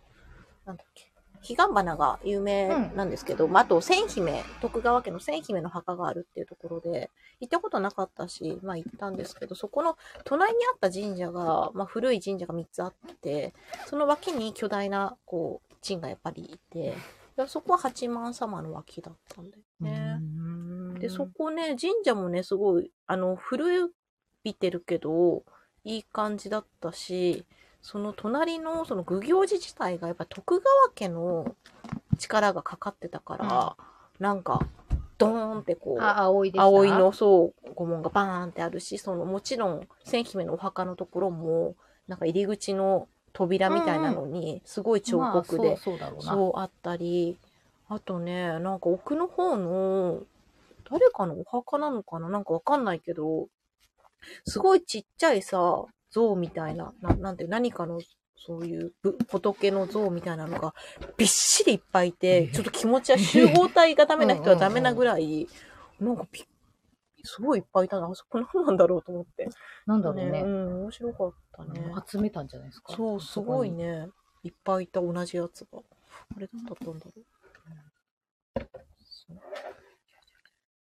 なんだっけ、彼岸花が有名なんですけど、まあ、あと、千姫、徳川家の千姫の墓があるっていうところで、行ったことなかったし、まあ行ったんですけど、そこの隣にあった神社が、まあ古い神社が3つあって、その脇に巨大な、こう、神がやっぱりいて、いやそこは八幡様の脇だったんだよね。うんで、そこね、神社もね、すごい、あの、古びてるけど、いい感じだったし、その隣の、その、具行寺自体が、やっぱ徳川家の力がかかってたから、なんか、ドーンってこう、あ、葵でした。葵の、そう、御門がバーンってあるし、その、もちろん、千姫のお墓のところも、なんか入り口の扉みたいなのに、すごい彫まあ刻で、そうそうだろうな。そうあったりあとねなんか奥の方の誰かのお墓なのかななんかわかんないけどすごいちっちゃいさ像みたいなななんていう何かのそういうぶ仏の像みたいなのがびっしりいっぱいいてちょっと気持ちは集合体がダメな人はダメなぐらいなんかびっすごいいっぱいいたなあそこ何なんだろうと思ってなんだろうねう。ん面白かったねあの集めたんじゃないですか。そう、すそこごにい。ね。いっぱいいた、同じやつが。あれ、何だったんだろう。そう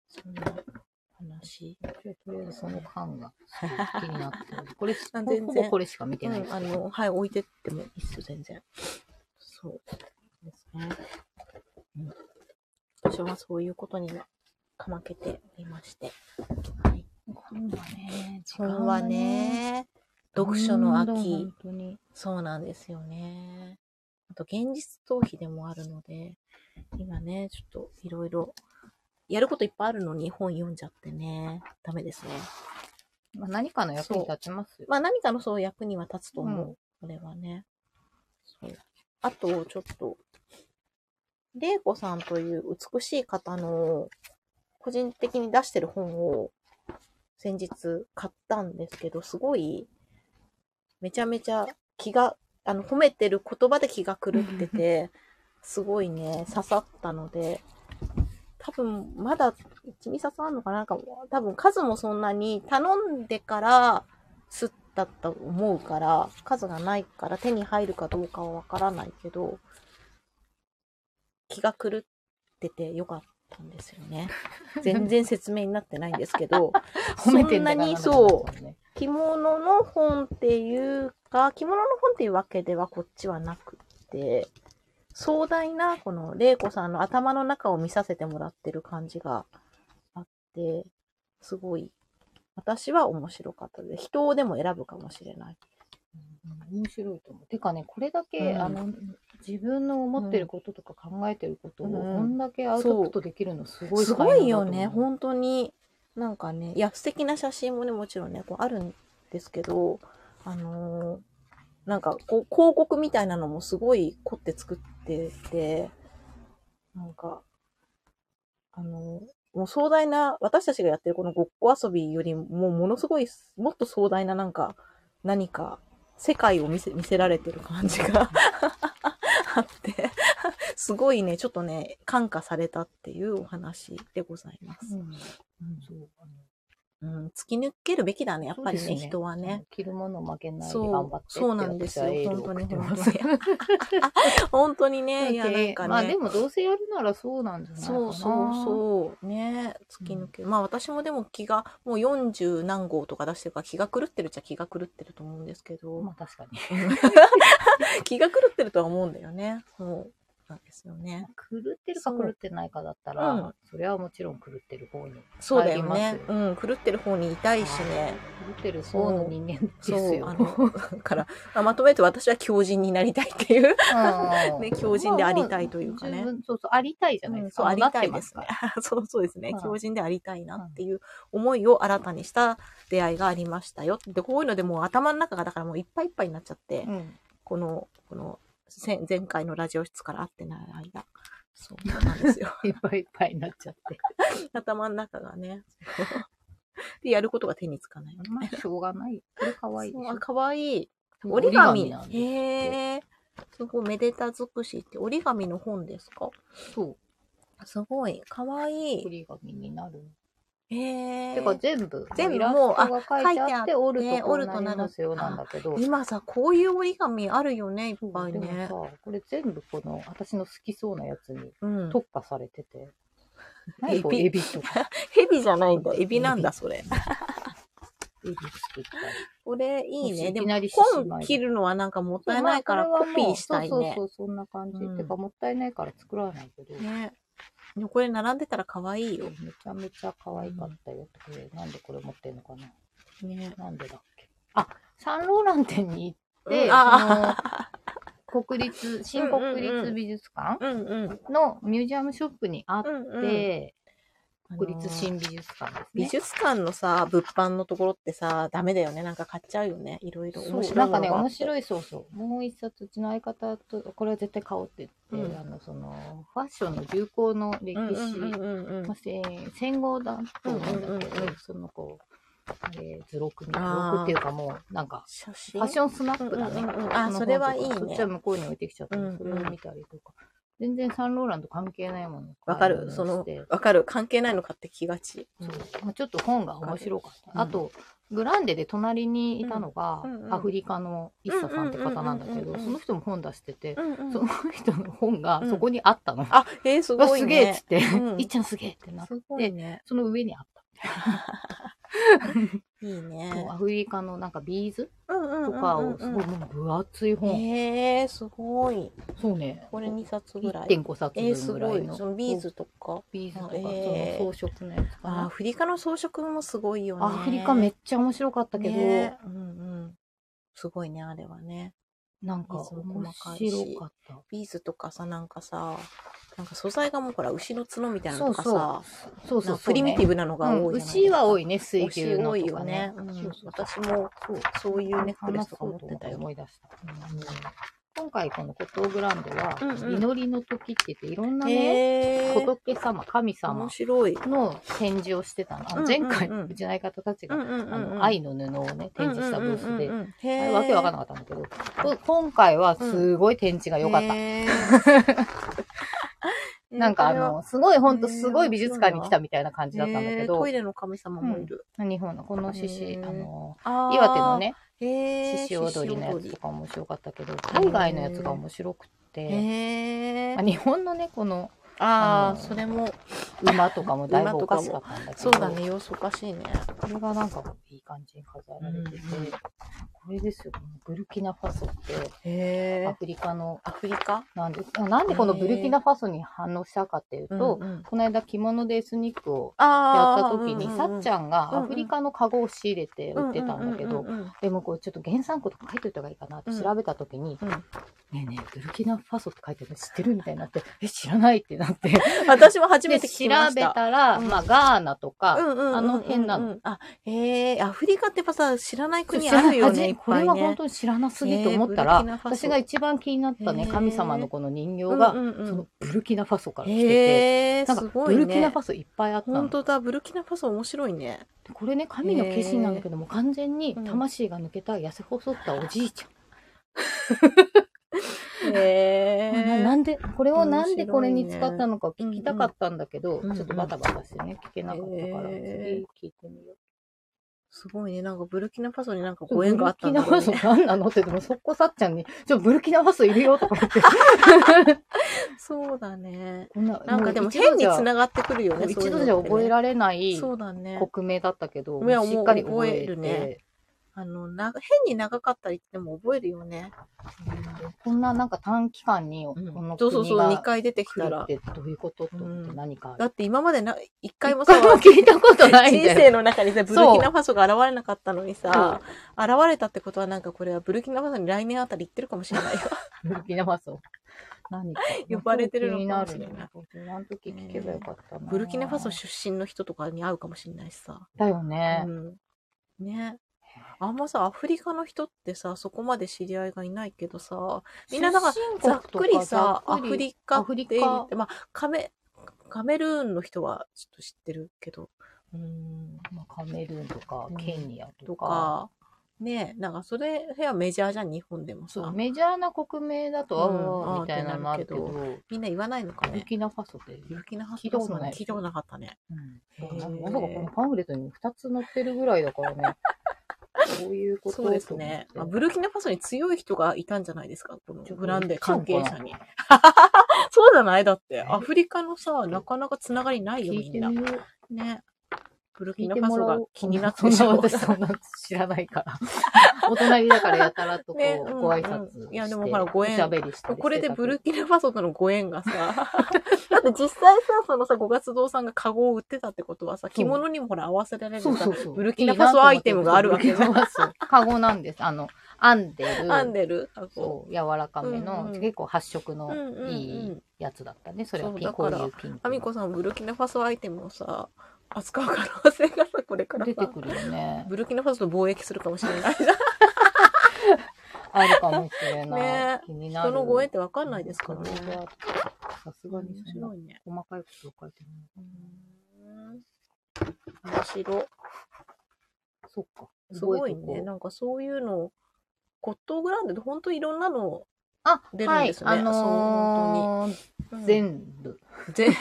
そんな話。じゃあとりあえずその缶が気になっており、これ、あ全然ほぼこれしか見てうないでん、すあけど。の、はい、置いてってもいいっすよ、全然。そうですね。うん、私はそういうことにはかまけておりまして。はい。本はね、時間本はね、読書のどんどん秋本。当に。そうなんですよね。あと、現実逃避でもあるので、今ね、ちょっといろいろ、やることいっぱいあるのに本読んじゃってね、ダメですね。まあ、何かの役に立ちますよ。まあ何かのそう役には立つと思う。うこれはね。そうあと、ちょっと、玲子さんという美しい方の、個人的に出してる本を先日買ったんですけど、すごい、めちゃめちゃ気が、あの、褒めてる言葉で気が狂ってて、すごいね、刺さったので、多分まだ1、2冊あるのかななんか、多分数もそんなに頼んでから、すったと思うから、数がないから手に入るかどうかはわからないけど、気が狂っててよかったんですよね。全然説明になってないんですけど、褒めてそんなにそそうう。ね着物の本っていうか、着物の本っていうわけではこっちはなくって、壮大なこの玲子さんの頭の中を見させてもらってる感じがあって、すごい、私は面白かったです。人をでも選ぶかもしれない。うん面白いと思う。てかね、これだけ、うんあの、自分の思ってることとか考えてることを、うんこんだけアウトプットできるのすごいす才能だごと思いうよね、本当に。なんかね、いや、素敵な写真もね、もちろんね、こうあるんですけど、あのーなんかこう、広告みたいなのもすごい凝って作ってて、なんか、あのーもう壮大な、私たちがやってるこのごっこ遊びよりも、ものすごい、もっと壮大ななんか、何か、世界を見せ、見せられてる感じが あって、すごいね、ちょっとね、感化されたっていうお話でございます。うん、そうあのうん、突き抜けるべきだね、やっぱりそうね、ですね人はね。着るもの負けないでそう頑張ってってそうなんですよ私はエールを送ってます本当に本当にね、いや、なんかね。まあでもどうせやるならそうなんじゃないかな。そうそうそう。ね突き抜ける。まあ私もでも気が、もう40何号とか出してるから気が狂ってるっちゃ気が狂ってると思うんですけど、まあ確かに。 気が狂ってるとは思うんだよね。そうなんですよね。狂ってるかそう狂ってないかだったら、うんそれはもちろん狂ってる方に。そうだよ入ねり。ますうん、狂ってる方にいたいしね。狂ってる方の人間ですそう、あよ。の、 だから、まあまとめると私は強靭になりたいって いう、う んね、強靭でありたいというかね。まあもう十分そうそう、ありたいじゃないうんですそか。う、ありたいもでうなってすまね か。そうそうですねう。ん強靭でありたいなっていう思いを新たにした出会いがありましたよ。で、こういうのでもう頭の中がだからもういっぱいいっぱいになっちゃって、ら。うんこの、この、前前回のラジオ室から会ってない間。そうなんです よ。 いっぱいいっぱいになっちゃって。頭の中がね。 そうで、やることが手につかない。まあ、しょうがない。これかわいいでそしうょあ、かわいい。折り紙。なんですへえ。すごい、めでた尽くしって折り紙の本ですかそう。すごい、かわいい。折り紙になる。へえ。てか全部、全部イラスもうトが書いてああ書いってて、折るねとこうなりますよ、なんだけど。今さ、こういう折り紙あるよね、いっそうぱいでもねさ。、これ全部この、私の好きそうなやつにうん。特化されて て。エビこうエビと か。ヘビじゃないんだ。エビなんだ、それ。エビ好きとか。これ、いいね。いできもなり、獅子本舞切るのはなんかもったいないから、まあコこれはもピうーしたいねそ。うそうそう、そんな感じ。うんてか、もったいないから作らないけど。ね。でもこれ並んでたら可愛いよ。めちゃめちゃ可愛かったよ。これなんでこれ持ってんのかなね。なんでだっけあ、サンローラン店に行って、うんあの、国立、新国立美術館うんうん。のミュージアムショップにあっうて、んうん。国立あのー新美術館ですね。美術館のさ、物販のところってさ、ダメだよね。なんか買っちゃうよね。いろいろ。面そう白ないんもかのね、があ面って。白い、そうそう。もう一冊、うちの相方と、これは絶対買おうって言って、うんあの、その、ファッションの流行の歴史、うんうんうんうんうまあん。戦戦後だと思うんだけうんど、うんうんそのこう、あれ、図録み図あー録っていうかもう、なんか、写真ファッションスナップだね。うんうんうんあの本とかそれはいいねそっちは向こうに置いてきちゃったうんうんのそれを見たりとか。全然サンローランと関係ないものわかる。買いそ物のして、わかる。関係ないの買ってきがち。そうまあちょっと本が面白かった。うんあと、グランデで隣にいたのが、うんうんうんアフリカのイッサさんって方なんだけうんうんうんうんど、うんその人も本出してて、うんうんその人の本がそこにあったの。うあ、えー、すわごいすげえっねつっ。て、うんいっちゃんすげえってなって、すごいね。その上にあった。いいそうね。アフリカのなんかビーズととかをすごいもう分厚い本、へえ、すごい。そうねこれ2冊ぐらい。 1.5冊えー、す分ぐらごい。いの、そのビーズとか。ビーズとかあえーその装飾のやつかあーアなフリカの装飾もすごいよね。アフリカめっちゃ面白かったけど、ねうんうん。すごいね、あれはね。なんかビーズも面細かいし白かったビーズとかさ、なんかさ、なんか素材がもうほら、牛の角みたいなのとかさ、そうそうそう、なんかプリミティブなのがうん多いじゃない牛は多い。いね水牛牛のとか、ね、多いよね。うそんうそう私もそうそういうネックレスとか話そう持とっ思てったてよ。思い出した、今回この「コトーグランドは」うんうん祈りの時」って言っていろんなねへえ。仏様神様面白い。の展示をしてたの。あうんのうん前うん回、うちの相方たちが、うんうんあうんうんの、愛の布をね、展示したブースで、あれわけわかんななかったんだけど、こ今回はすごい展示が良かった。た。なんかあの、すごい、ほんとすごい美術館に来たみたいなへ感ー、じだったんだけどトイ、レの神様もいる。日本のこの獅へ子、ーあの、あー岩手の、ね、へー獅子踊りのや獅子つと踊かも面白かったけど、海外のやつが面白くりて、へまあー日本のね、このああのー、それも、馬とかもだいぶおかしかったんだけそど、うだね、様子おかしいね。これがなんかいい感じに飾られてて、うんうんこれですよ、このブルキナファソって、へアーフリカの、アフリカなんで、なんでこのブルキナファソに反応したかっていうと、うんうんこの間着物でエスニックをやあった時に、さっちゃゃんがアフリカのカゴを仕入れて売ってたんだけど、ど、でもこうちょっと原産国とか書いておいた方がいいかなって調べた時に、うんうんねえねえ、ブルキナファソって書いてあるの知ってるみたいになって、え、知らないってなって、私も 初めてで聞調きましべた。たら、うんまあガーナとか、うんうんうんうんうんあの辺なの。あ、へえ、アフリカってやっぱさ、知らない国あるよ知らなね、いいっこぱれいはね本。当に知らなすぎとねえ思ブったルキナら、ファソ私が一番気になったへね、え神様のこの人形が、うんうんうんそのブルキナファソから来てて、へえ、なんすかごブいルキナねフ。ァソいっぱいあった本の。当だ、ブルキナファソ面白いね。これね、神の化身なんだけども、完全に魂が抜けた痩せ細ったおじいちゃへん。ななんで、これをなんでこれに使ったのか聞きたかったんだけど、面白いねちょっとバタバタしてね、聞けなかったから、へえ次聞いてみよう。すごいね。なんかブルキナファソになんかご縁があったんだ、ね、 ブルキナファソ何なのって、でもそこさっちゃんに、ちょ、ブルキナファソいるよとか 言って。そうだね。こんななんかでもう一変度にじゃ繋がってくるよね。一度じゃ覚えられないる。そうだね。国名だったけど、いやもうしっかりもう覚覚ええるて、ねあの、な、変に長かったりっても覚えるよね。こんななんか短期間に、こうんのそうそう国そう、が2回出てき来たるっら。てどういうことと思って何かあるだって今までな、一回もこされ、も聞いたことないん人だよ。生の中にさ、ブルそうキナファソが現れなかったのにさ、現れたってことはなんかこれはブルキナファソに来年あたり行ってるかもしれないよ。ブルキナファソ。何か。 呼ばれてるのかもしれない気にるね。今の時聞けばよかったな。ブルキナファソ出身の人とかに会うかもしれないしさ。だようね。ん。ね。あんまさ、アフリカの人ってさ、そこまで知り合いがいないけどさ、みんななんか出身ざ国っとくかりさ、ざアっくりフリカアってフリ言っカて、まあ、カメ、カメルーンの人はちょっと知ってるけど、うん、まあカメルーンとかうんケニアととか。か、ねえ、なんかそれはメジャーじゃん、日本でもそさう、。メジャーな国名だと、うんああ、みたいなのあるけあどーっ、みんな言わないのかブルね。キナファソで。ブルキナファ聞いたこソとない聞いたことなかったね。うんへーなんかまさかこのパンフレットに2つ載ってるぐらいだか らね。そういうことそうですね。とまあ思ブってルキナファソに強い人がいたんじゃないですか、このちょブランデー関係者にちょ。 そうじゃないだって、アフリカのさ、なかなかつながりないよ、聞みいてんなみ。よう。ね。ブル聞キいナてファもソらがおう。気になってそん しなまう。私そんな知らないから。お隣だからやたらとこねうう、んご挨拶して、うんいやでもほらご縁おしゃべりしたりしてたけどこれでブルキナファソとのご縁 がさ、だって実際さ、そのさ、五月堂さんがカゴを売ってたってことはさ、着物にもほら合わせられるさ、そうそうそう。ブルキナファソアイテムがあるわけいいなと思ってブルキナファソカゴなんです。あの、編んでる。編んでるカゴ。そう、柔らかめの、うんうん結構発色うんのうんういいん。やつだったね。それはピンそうこうだからいうピンクアミの。コさんはブルキナファソアイテムをさ、扱う可能性がさ、これから出てさ、くるよね。ブルキナファソと貿易するかもしれないじゃん。あるかもしれない。ね気になる。人のご縁ってわかんないですからね。さすが面にそんな白いね。細かいことを書いてない。面白い。そっか。すごい覚えね。とこうなんかそういうの、骨董グランデで本当いろんなのを、あ、出るんですねはい、あのーうん全部。 全一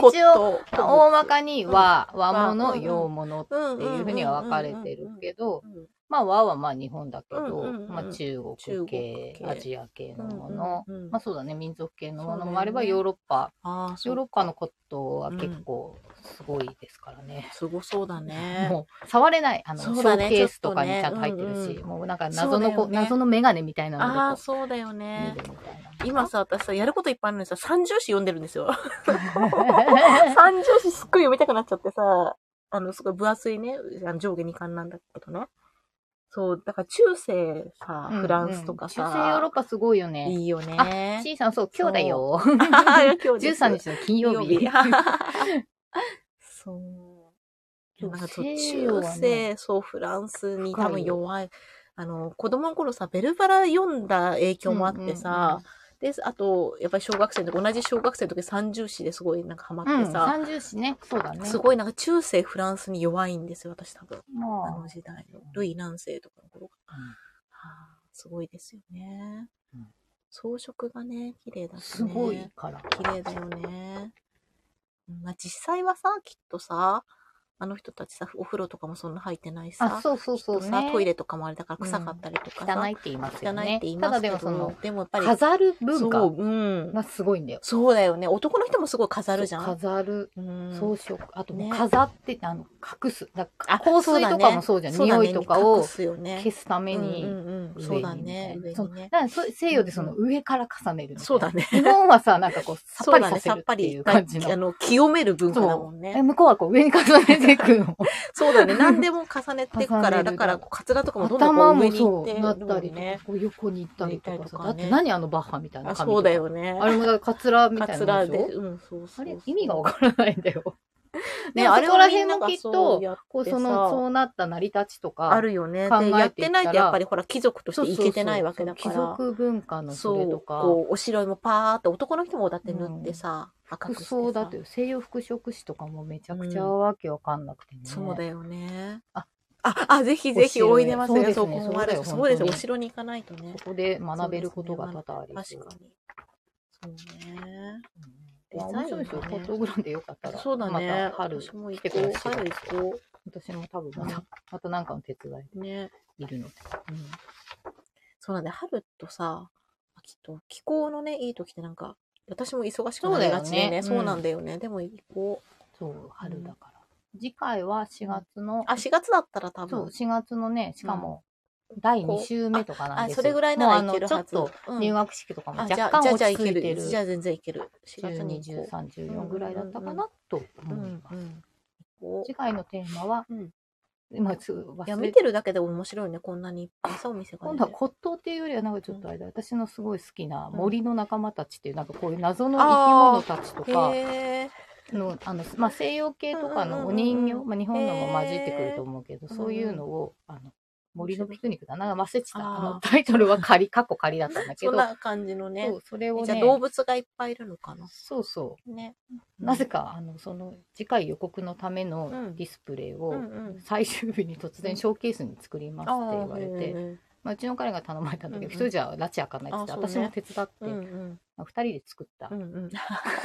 骨応、董大まかに和、和う物、ん洋物っていうふうには分かれてるけど、うんまあ和はまあ日本だけど、うんうんうんまあ中中国国系系、アジア系のもうんの、うんうんまあそうだね、民族系のものもあればそうだよねヨーロッパ、ああ、ヨーロッッパのことは結構すごいですからね。すごそうだね。もう触れない、あの、シそョうだねーケースとかにちゃんと入ってちょっとるねし、うもうなんか謎のそこ、うだよね謎のメガネみたいなあのあ、でこそうだよう見ね。るみたいな。 今さ、私さ、やることいっぱいあるのにさ、三重詩読んでるんですよ。は三重詩すっごい読みたくなっちゃってさ、あの、すごい分厚いね、あの上下二巻なんだけどね。そう、だから中世さ、フランスとかさ、中世ヨーロッパすごいよね。いいよね。ちいさん、そう、今日だよ。 今日です13日の金曜日。。そう。なんかそう西洋中はね世、そう、フランスに多深分いよ弱い。あの、子供の頃さ、ベルバラ読んだ影響もあってさ、で、あと、やっぱり小学生の時、同じ小学生の時三重詩ですごいなんかハマうんうんうっん、てさ、三十四ね。そうだね。すごいなんか中世フランスに弱いんですよ、私多分。あまの時代の。ルイ南世とかの頃。あはあ、すごいですよねうん。装飾がね、綺麗だしね。すごいから。綺麗だよね。うんまあ、実際はさ、きっとさ、あの人たちさ、お風呂とかもそんな入ってないしあ、さ、そうそうそうきっとさね。トイレとかもあれだから臭かったりとかさ、汚いって言いますよ汚いねって言い。たますだけでど、もその、でもやっぱり、飾る文そ化う、うん。がすごいんだよ。そうだよね。男の人もすごい飾るじゃん。そう飾る。うん装飾。あともうね飾って、あの、隠す。だからあ香水とかもそうじゃん。匂いとかを隠すよね。消すために。うんうんうんそうだね。上上にそにうだね。からそう西洋でその上から重ねるみたいな。そうだね。日本はさ、なんかこう、 さっそぱうりださね。せさるっっぱていりう、感じあの。の、清める文化だもんえね。向こうはこう上に重ねていくの。そうだね。何でも重ねていくか重ねら、るだから、こうカツラとかもどんどんこ頭う上もに行っそてう、なったどんりとどんかね、。こう横に行ったりと行っかさ。だたりとかっねて何あのバッハみたいなあ髪とかそうだ。よねあ。れもだからカツラみたカいツなラのでで。しょうん、そうそうそあうれ意味がわからないん だよ。ね、ねあれそこらら辺辺もきなっんかそとうやって、こうそさの、そうなった成り立ちとか、あるよね。考えてで、いったらやってないとやっぱりほら、貴族としそうてそういそけうてないわけだから。貴族文化のそれとか、そう、こう、お城もパーって、男の人もだって塗ってさ、赤服くしてさ。装だとよ西洋服飾誌とかもめちゃくちゃわけわかんなくてね。そうだよね。あ、あ、あぜひぜひお城へおいでますよ。そそうう、ですねここもあるしそそううだよです。本当おに城に行かないとねそ。こで学べることが多々あり確そうかに。そうね。うんまあ面白いですよ。フォトグランでよかったら。そうだね。また春。私も行来てこくだう。さい春行こう。私も多分また、またなんかの手伝ね。いいるの。そうなんで、春とさ、秋と、気候のね、いい時ってなんか、私も忙しくそなうだりよがちでねね、そうなんだよね。でも、こう、そう、春だから。次回は4月の、あ、4月だったら多そう、分、 4月のね、しかも、第2週目とかなんあ、ですよ。それぐらいならいけるもうあはのず。ちょっうと、ん入学式とかもあじゃ若あ、じゃ干あ、落じゃあちい着けいる。てる。じゃあ、全然いける。4月12、に行こ13、14ぐらいだったかなとう。うん思います。うん。こう次回のテーマは、うん今すぐ忘れいや、見てるだけで面白いね、こんなにいっぱいさ、お店がね。今度は骨董っていうよりはなんかちょっとあれだ、私のすごい好きな森の仲間たちっていうなんかこういう謎の生き物たちとかへーのあの、まあ、西洋系とかのお人形、うんうんうんうんまあ、日本のも混じってくると思うけど、へーそういうのをあの森のピクニックだな忘れてたあーあのタイトルは仮 過去仮だったんだけそどんな感じのねそ。うそれをねじゃあ、動物がいっぱいいるのかな。そうそね。うなぜかあのその次回予告のためのうんディスプレイうを、んうん。最終日に突然ショーケースに作りますって言われて、うんうんまあ、うちの彼が頼まれたんだけど、うんうん一人じゃ拉致開かんないって言って、あそうね私も手伝って、うんうんまあ、二人で作ったうんうん。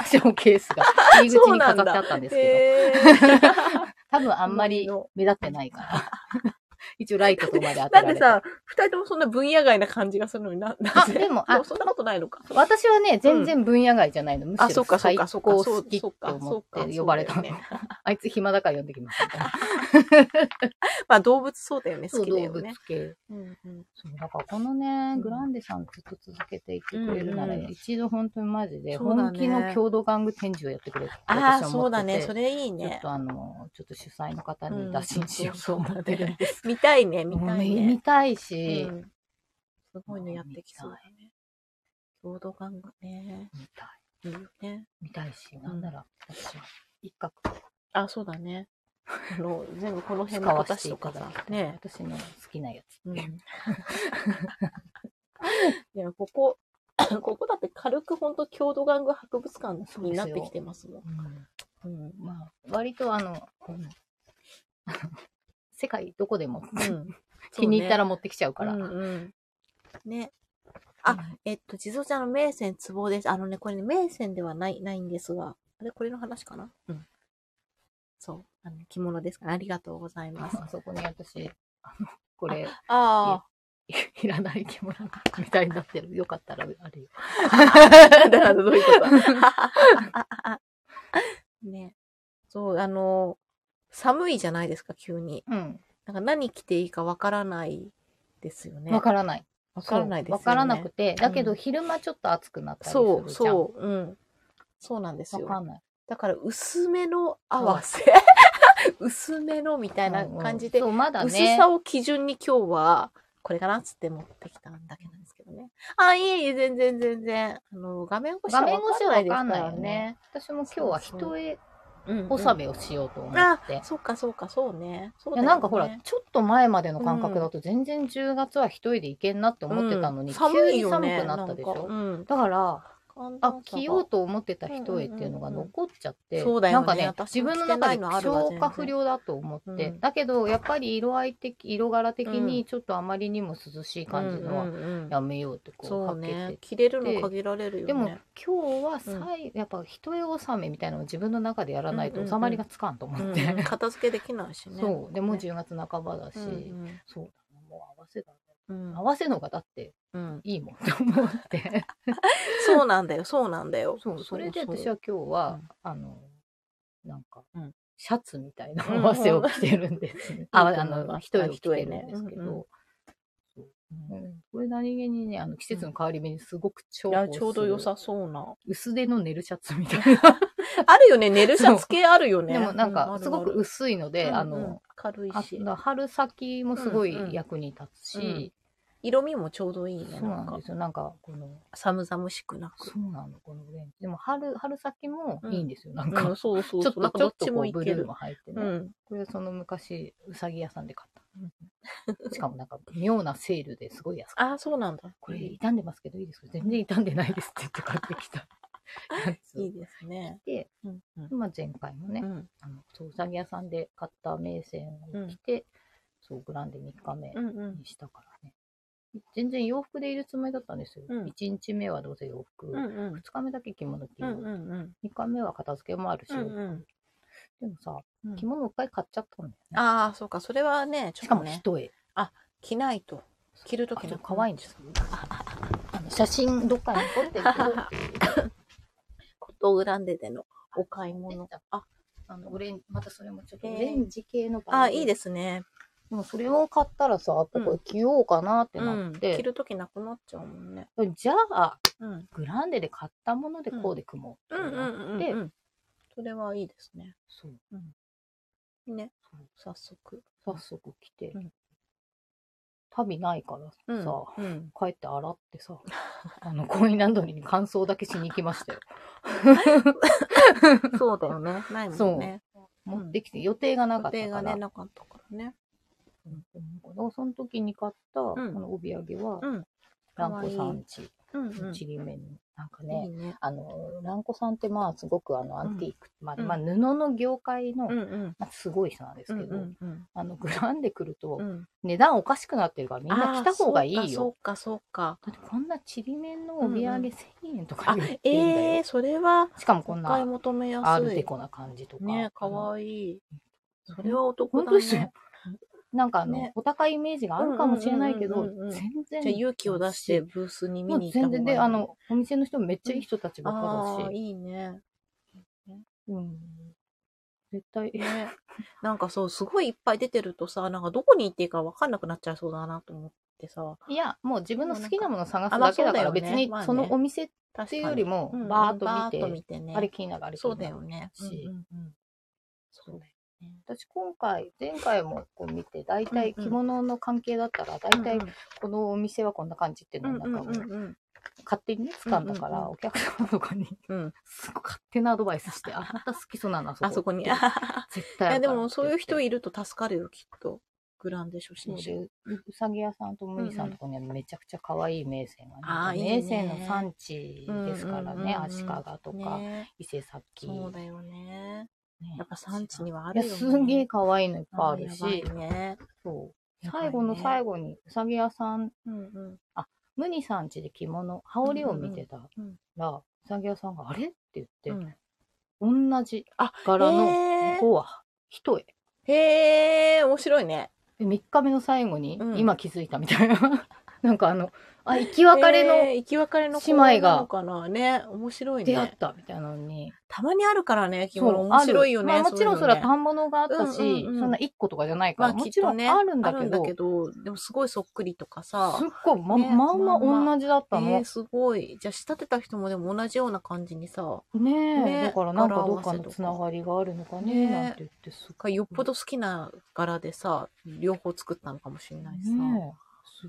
ショーケー スが入り口に飾ってあったんですけけど、 多分あんま り目立ってないから、 一応ライトとまで当なてんられでて。さ、二人ともそんな分野外な感じがするのに な、なあぜでもあ、あそんなことないの か。私はね、全然分野外じゃないの。むあ、しそろうか、そう最か、高そうか、そ好うきってそうか、思そうかっ。て呼ばれたそうの。だよねあいつ暇だから呼んできますみたいな。まあ、動物 そうだよね、好きだ動よ物ね。系。うんうんそうだからこのね、グランデさんずっと続けていってくれるなら、うんうん一度本当にマジで、そうだ本ね気の郷土玩具展示をやってくれって私あは思ってあ、てそうだね、それいいちょっね。とあの、ちょっと主催の方うにん打診しようと思ってるんです。 見たいね、見もうたいねね見。たいうし、んすごいのやってきそうだね。共同感がね、見たい。いいよね。見たいし、なんなら、私は一角あ、そうだね。あの、全部この使辺のわせ私ていとたかださき、たい。ね。私の好きなやつ。 うんいや、ここ、 ここだって軽く本当郷土玩具博物館になってきてますもん。うん。まあ、割とあの、世界どこでもうん 気に入ったらも持ってきちゃうから。うんうん。ね。あえっと、地蔵ちゃんの名線ツボです。あのね、これね、名線ではない、ないんですが、あれ、これの話かなうん。そう。あの、着物ですから、ありがとうございます。あそこに私、あの、これ、あいらない着物みたいになってる。よかったら、あれよ。 あ。なんだなんだ、どういうこと ね。そう、あの、寒いじゃないですか、急に。うん。なんか何着ていいかわからないですよね。わからない。わからないですよわね。からなくて、だけうどん昼間ちょっと暑くなったりするじゃそん。う、そう、うん。そうなんですわよ。かんない。だから薄めの合わせ薄めのみたいな感じで、うんうんそう、まだね。薄さを基準に今日はこれかなっつって持ってきたんだけなんですけどねあいえいえ全然全然あの画面越し画は面分越しかんはないわですからかんないよねね。私も今日は人へうんうん納めをしようと思って。そうかそうかそうねそういだよやねなんかほら、ちょっと前までの感覚だと全然10月は一人で行けんなって思ってたのうに、ん寒急いによ寒ねくなったでしなんかょうんだから、寒暖差あが、着ようと思ってた人へっていうのが残っちゃっうて、んうんうんそうだよねなんかね、私自も分の着て中なでいのあるわ消化不良だと思って、うんだけどやっぱり色合い的、色柄的うにちょっとあまりにも涼しい感じのうはんうんうんやめようってこうそかうけてね着れるの限られるよねでも今日はさい、やっぱ人絵納めみたいなのを自分の中でやらないうんとうんうん収まりがつかんと思うんっうて、ん片付けできないしねそうでもうね10月半ばだし、うんそうだなもう合わせだねうんうん合わせのがだってうんいいもんと思ってそうなんだよ、そうなんだよ。そうそれで私は、は今日は、うんあのなんか、うんシャツみたいな合わせを着てるんです、 ああの一重を着てるんですけど、うんうんそううんこれ何気にねあの季節の変わり目にすごく重い宝や、するちょうど良さそうな。薄手の寝るシャツみたいなあるよね、寝るシャツ系あるよね。でもなんうかあ、るすごく薄いのあで、るあうんうんの、軽いあし。の春先もすごいうんうん役に立つし、色味もちょうどいいね。そうななんんかで、すよ。なんか、この、寒々しくなく。そうなの、このオレンジ。でも春、春先もいいんですよ。なんうかん、、そうそうちそうょっ。と、なんかちどょっっちとこもういブけルーるも。入ってうね。ん。これその昔、うさぎ屋さんで買った。しかもなんか、妙なセールですごい安く。あ、そうなんだ。これい傷んでますけどいいですか全然傷んでないですって言って買ってきたや ついですね。で、うん。うんまあ前回もね、うんあの、そう、うさぎ屋さんで買った名線を着て、そう、グランデ3日目うんにしたからね。全然洋服でいるつもりだったんですよ。うん1日目はどうせ洋服、うんうん2日目だけ着物着うよんう、うんうん3日目は片付けもあるし、うんうんでもさ、うん着物いっぱい買っちゃったんだよね。ああ、そうか、それはね、ちしょかっともね、一重。着ないと。着るときあのと可愛いんですよ。あの写真どっかに撮ってるけど、ことグランデでのお買い物。あ、 あのオレンまたそれもちょっとえーオレンジ系のバ。あーいいですすね。でもそれを買ったらさ、やっぱこれ着ようかなってうなっん。着て、るときなくなっちゃうもんね。じゃあ、うん。グランデで買ったものでこうで組もううっんうんてなって、うんうんうん。それはいいですね。そうねそ早う。速。早速着て、うん旅ないからさ、うん。うん。帰って洗ってさ、 あの、コインランドリーに乾燥だけしに行きましたよ。そうだよね。ないもんね。持ってきて、予定がなか予ったから。定がね、なかったからね。うんその時に買った、こんの帯揚げは、うんランコさんち、うんうん。ちりめに、なんかいいね、ね。あの、ランコさんってまあ、すごくあの、アンティーク、まあ、うんまあ、布の業界の、うんうん。まあ、すごい人なんでうすんけど、うんあの、グランで来うると、ん。値段おかしくなってるから、みんな来た方がいいそよ。うか、そうか。だってこんなちりめんの帯揚げ1000円とかあ言ってん、だよ。ええー、それは、しかもおこん買いな、求めやアーすルデい。コな感じとか。ね、かあのわいい。それはお得本だ当ですよね。。なんかあの、ねお高いイメージがあるかもしれないけうどんうんうんうんう、ん全然。じゃあ勇気を出して、ブースに見もうに行った全方がい然い。で、あ、の、お店の人もめっちゃいい人たちばっあかだあ、し、いいね。うん。絶対、ね。 なんかそう、すごいいっぱい出てるとさ、なんかどこに行っていいかわかんなくなっちゃいそうだなと思ってさ。いや、もう自分の好きなものを探あすまあだけだから、そうだよ別ねにまあねそのお店っ確ていうよりもうん、バーッバーッとと見見て、てね。あれ気になる、あれ気そうにだなるよ。ね。しうんうんうんそうだよね。私今回、前回もこう見て、大体着物の関係だったら、大体このお店はこんな感じっていううのをんなうんんかうんもううん勝手にね、掴んだかうんうんら、うんお客様とかに、うん。うん。すごい勝手なアドバイスして、あなた好きそうなのあそこ に。い 絶対あや、るでからもそういう人っていると助かるよ、きっと。グランデ初心言って者。そうでううさぎ屋さんともみさんとこにはめちゃくちゃ可愛い名泉がね、あーいいね名泉の産地ですからうんうんうんうね、ん足利とか、ね伊勢崎。そうだよね。ねやっぱ産地にはあいるや、よ、ね。すんげえ可愛いのいっぱいあるあーしやば、いね。そうやばいね最後の最後に、うさぎ屋さん、うんうん。ムニさん家で着物、羽織を見てたうんうんうんら、うさぎ屋さんが、あれって言って、うん同じあ、柄へのー子は一重。へえ、面白いね。で3日目の最後に、うん今気づいたみたいな。 なんかあの、あ、生き別れのえー生き別れの姉妹子がなのかなね、面白い出会っね。たみたいなのに。たまにあるからね、着そう物面白いよあね。るまあもちろんそそうれいうのねは単物があったし、うんうんうんそんな1個とかじゃないかまら、あもきっちろとんね、あるんだけど、どでもすごいそっくりとかさすっ。ごいま、ねまんままんま同じだっえたの。ー、すごい。じゃあ仕立てた人もでも同じような感じにさ、ねえ、ねだからなんかどっ柄合わせかのとかつながりがあるのかね、ねなんて言ってすっかよっぽど好きな柄でさ、両方作ったのかもしれないしさ。ねえ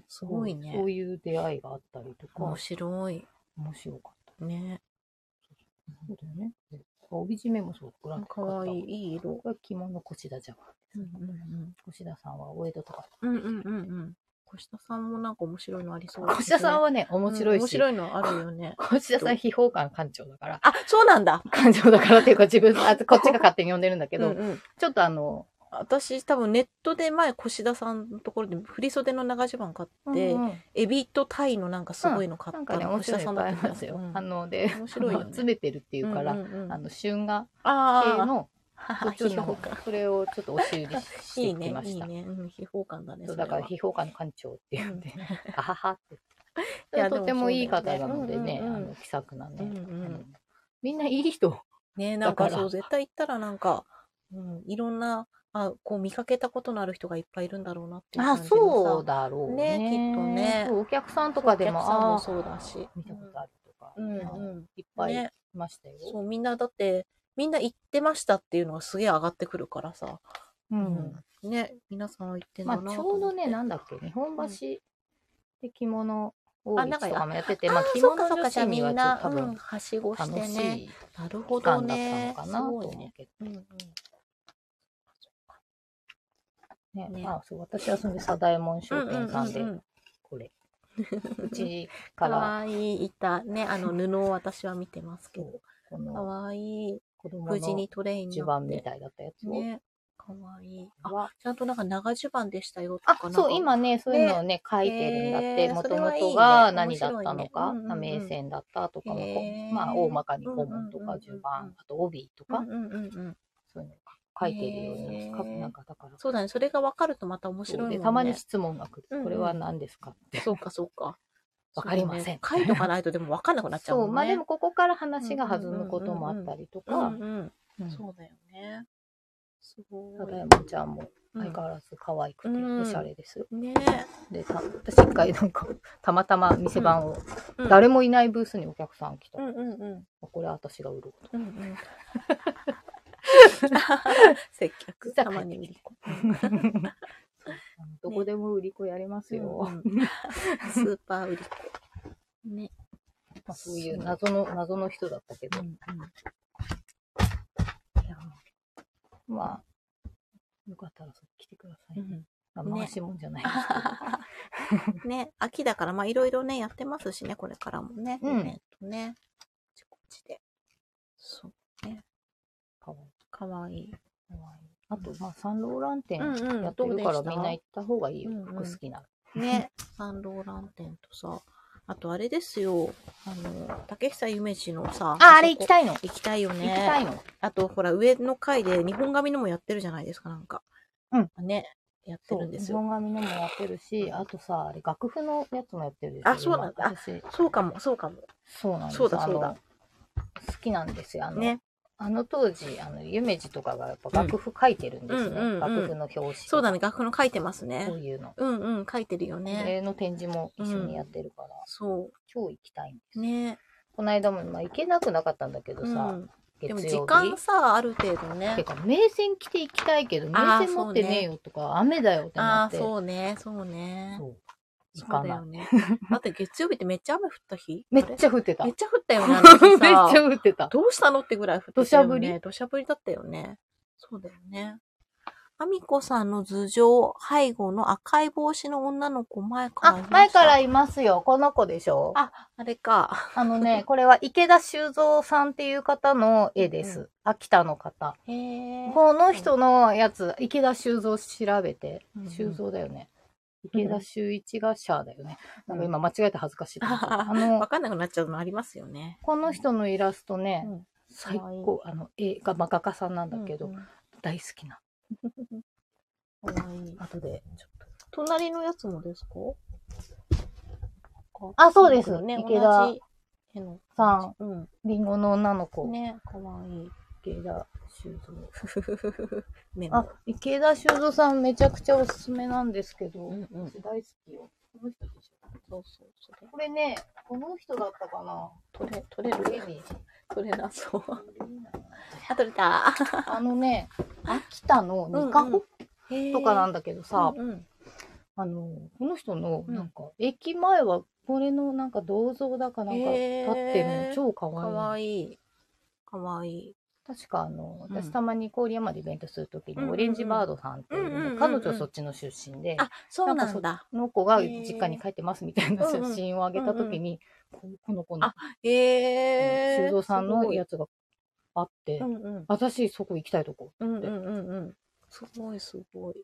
すごいねそういう出会いがあったりとか面、白い。面白かった。ね。そうだよね。帯締めもそう、グラかわいい。いい色。これ着物越田じゃん。うんうん越田さんはお江戸とか。うん。うんうんうんうん。越田さんもなんか面白いのありそう、越田さんはね、面白うんい面し。白いのあるよね。越田さん、秘宝館館長だから。あ、そうなんだ。館長だからっていうか、自分の、 あこっちが勝手に呼んでるんだけど、うんうんちょっとあの、私多分ネットで前越田さんのところで振り袖の長襦袢買って、うんうんエビとタイのなんかすごいの買なんっかたね、の、面越白田いさのんいっぱだいあったりんまですすよよ。。あの、で、面白いよね詰めてるっていうから、んんんあの、春画系あの、あそっちの方 感。それをちょっと押し売りしいていねきま、いしいた。ね。うん、秘宝感だね。そうれだはから、秘宝館の館長っていうんで、あははって。いやとてもいいでもそうだ方よねなのでね、うんうんうんあの、気さくなね、うんうんあのみんないい人。ね、なんかだかそらう、絶対行ったらなんか、うん、いろんな、あ、こう見かけたことのある人がいっぱいいるんだろうなっていう感あ、じのさ。そうだろうね。ねきっとねそうお客さんとかでも、お客さんあもあ、そうだし。見たことあるとか、うんあのうんいっぱいねいましたよ。そう、みんなだって、みんな行ってましたっていうのがすげえ上がってくるからさ。う。うんね、皆さんは行ってんまだあ、なちとょう思どってね、なんだっけ、日本橋で着物をあなんかとかもやってて、あまあ、ー着そ物っかそっ女かじゃあ子みにはんちょっな、と多うん、分はしごして楽しね。いなるほ期ど間だったねの。かすなとごい思うね。けど。うんうん。ねねあそう私はその左大門商店さんでううううこれうちかからわいい板ねあの布を私は見てますけどこかのわいい子供無事のにトレインにな襦袢っみてたいだったやつを、ねかわいいあはちゃんとなんか長襦袢でしたよとあかなんかそう今ねそういうのをね書いてるんだってへーもそとれもはいいねとが何だった面白いのかねうんうんうん名線だったとかもこうへーまあ大まかに古文とうんうんうんうかん襦袢あと帯とうんかうんうんうんそういうのが書いてるようにへーかなんかだからそうだね。それが分かるとまた面そう白いもんね。でたまに質問が来る、うんうんこれは何ですかってそうか、そうか。わかりませそんうだね書いとかないとでも分かんなくなっちゃうもんそね。うまあでもここから話が弾むこともあったりとか、うんうん。うんそうだよね。すごただやい。もちゃんもうん相変わらず可愛くうてんおしゃれですよ、ねでた私一回なんかたまたま店番を、うん誰もいないブースにお客さん来うた、んうんうん。これ私が売ろ うとうん うん。 接客実たはま帰ってに売きてり子。どこでも売り子やり ますうよ、んうんスーパー売り 子。ね。まあそういう謎の謎の人だったけど、いやまあよかったらそれ来てください、まあね回しもんじゃないです けど、うんね、秋だから、まあ、いろいろね、やってますしね、これからもね。うんイベントね。あちこちで。そう。かわいいかわいい。かわいいあとまあサンローラン店うんうんやってるかどらうでしたみんな行った方がいいよ、うんうん服好きならね、サンローラン店とさ、あとあれですよ、あの、竹久夢二のさ、ああれ行きいたいの、行きたいよね。行きたいのあと、ほら、上の階で日本髪のもやってるじゃないですか、なんか。うん。ね、やってるんですそうよ。日本髪のもやってるし、あとさ、あれ、楽譜のやつもやってるでしょ。あそうなんだ今私、そうかも、そうかも。そうなんですそうだそうだあの好きなんですよ。あの、ね。あの当時、あの、夢二とかがやっぱ楽譜書いてるんですよ。うんうんうんうん楽譜の表紙。そうだね、楽譜の書いてますねこう。いうの。うんうん、書いてるよね、ね。の展示も一緒にやってるから、そ超行きたいんです。う。ね。この間も、まあ、行けなくなかったんだけどうさ、ん。で月曜も、日。時間さ、ある程度てね。か、名線着て行きたいけど、あー名線持ってねえよとか、雨だよってなあっあ、て。そうね、そうね。そう行そかうだなよ。いね。 だって月曜日ってめっちゃ雨降った日めっちゃ降ってた。めめっっちゃ降ったよね。あ の日ちさゃ降ってた。どうしたのってぐらい降ってたよね。土砂降りだったよね。そうだよね。あみこさんの頭上、背後の赤い帽子の女の子前からいまし、あた前からいますよ。この子でしょああ、あれか。のね、これは池田修造さんっていう方の絵です。う秋田の方。へえ。この人のやつ、池田修造調べてうんうん。修造だよね。池田修一がシャーだよね。なんか今間違えて恥ずかしいと思った。あわの、かんなくなっちゃうのありますよね。この人のイラストね、うん最高。あの、絵が、まあ、画家さんなんだけど、うん大好きな。うんかわいい。後で、ちょっと。隣のやつもですかあ、そうです。ね、池田同じ絵のさん、うん。リンゴの女の子。ね、かわい い。池田修造。メあモ。、池田修造さんめちゃくちゃおすすめなんですけど、うんうん私大好きよ。この人でしょ。そうそう。それこれね、この人だったかな。取れ、取れるレディ取れなそう。あ、 取れた。あのね、秋田のニカホとかなんだけどさ、うんうんあの、この人の、うんなんか、駅前はこれのなんか銅像だかなんか立へーってるの超可かわ愛い。いい。かわいい。確かあの、うん私たまに郡山でイベントするときうんうんに、うんオレンジバードさんっていううんうんうんうね、ん彼女そっちの出身で、あ、そうなんかなんだ。この子が実家に帰ってますみたいなへ写ー真をあげたときに、ここの子のへえ。修造さんのやつ。つがあって、うんうん。私そこ行きたいとこ。うんうんうんうん。すごいすごい。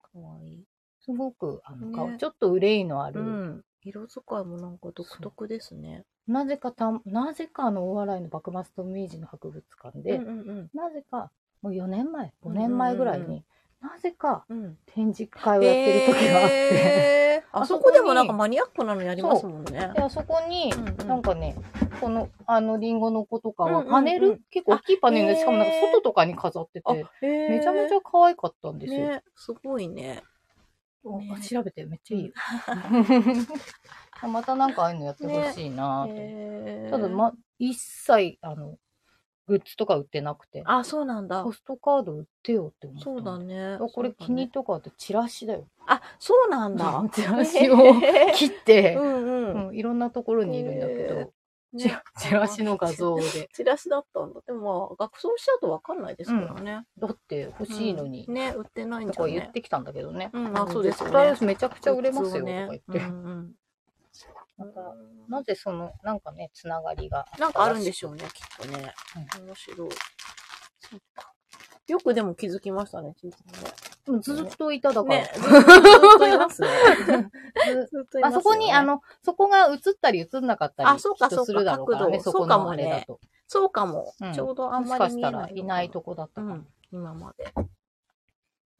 かわいい。すごく、あの、ね顔ちょっと憂いのあうる、ん。色使いもなんか独特ですね。なぜかた、なぜかあの、お笑いの幕末と明治の博物館で、うんうんなぜか、もう4年前、5年前ぐらいに、うんうんなぜかうん。うん。展示会をやってる時があって、へーああそそここにでもなんかマニアックなのやりますもんねで。あそこに、うんうんなんかね、この、あの、リンゴの子とかうんうんはうんパネル、結構大きいパネルあで、しかもなんかへー外とかに飾ってて、めめちゃめちゃ可愛かったんですよ。ね、すごいね。おね調べてめっちゃいいよ。 またなんかああいうのやってほしいなぁと、へーただ、ま、一切、あの、グッズとか売ってなくて、あ、そうなんだポ。ストカード売ってよって思った。そうだねあ。これ気に入ったからってチラシだよ。あ、そうなん だ。チラシをへ 切っーて、うんうん。うん、いろんなところにいるんだけど、チねラチラシの画 像で。チラシだったんだ。でも、まあ学装しちゃうとわかんないですからね。だって欲しいのにうん、ね、売ってないんとじゃかね。言ってきたんだけどね。うんまあそうですよね絶対めちゃくちゃ売れますよとか言って。グッズをねうんうんなんかなぜその、なんかね、つながりが。なんかあるんでしょうね、きっとね。面白い。そっかよくでも気づきましたね、気づでもずっといただから。ね、ずっといますね。 ずずっといますよねあそこに、あの、そこが映ったり映んなかったありそうかそうかするだろうから角ね、度そこそうかものあねれだと。そうかも、うんちょうどあもんしまかりし見たえらないいないとこだったうかも。ん、今まで。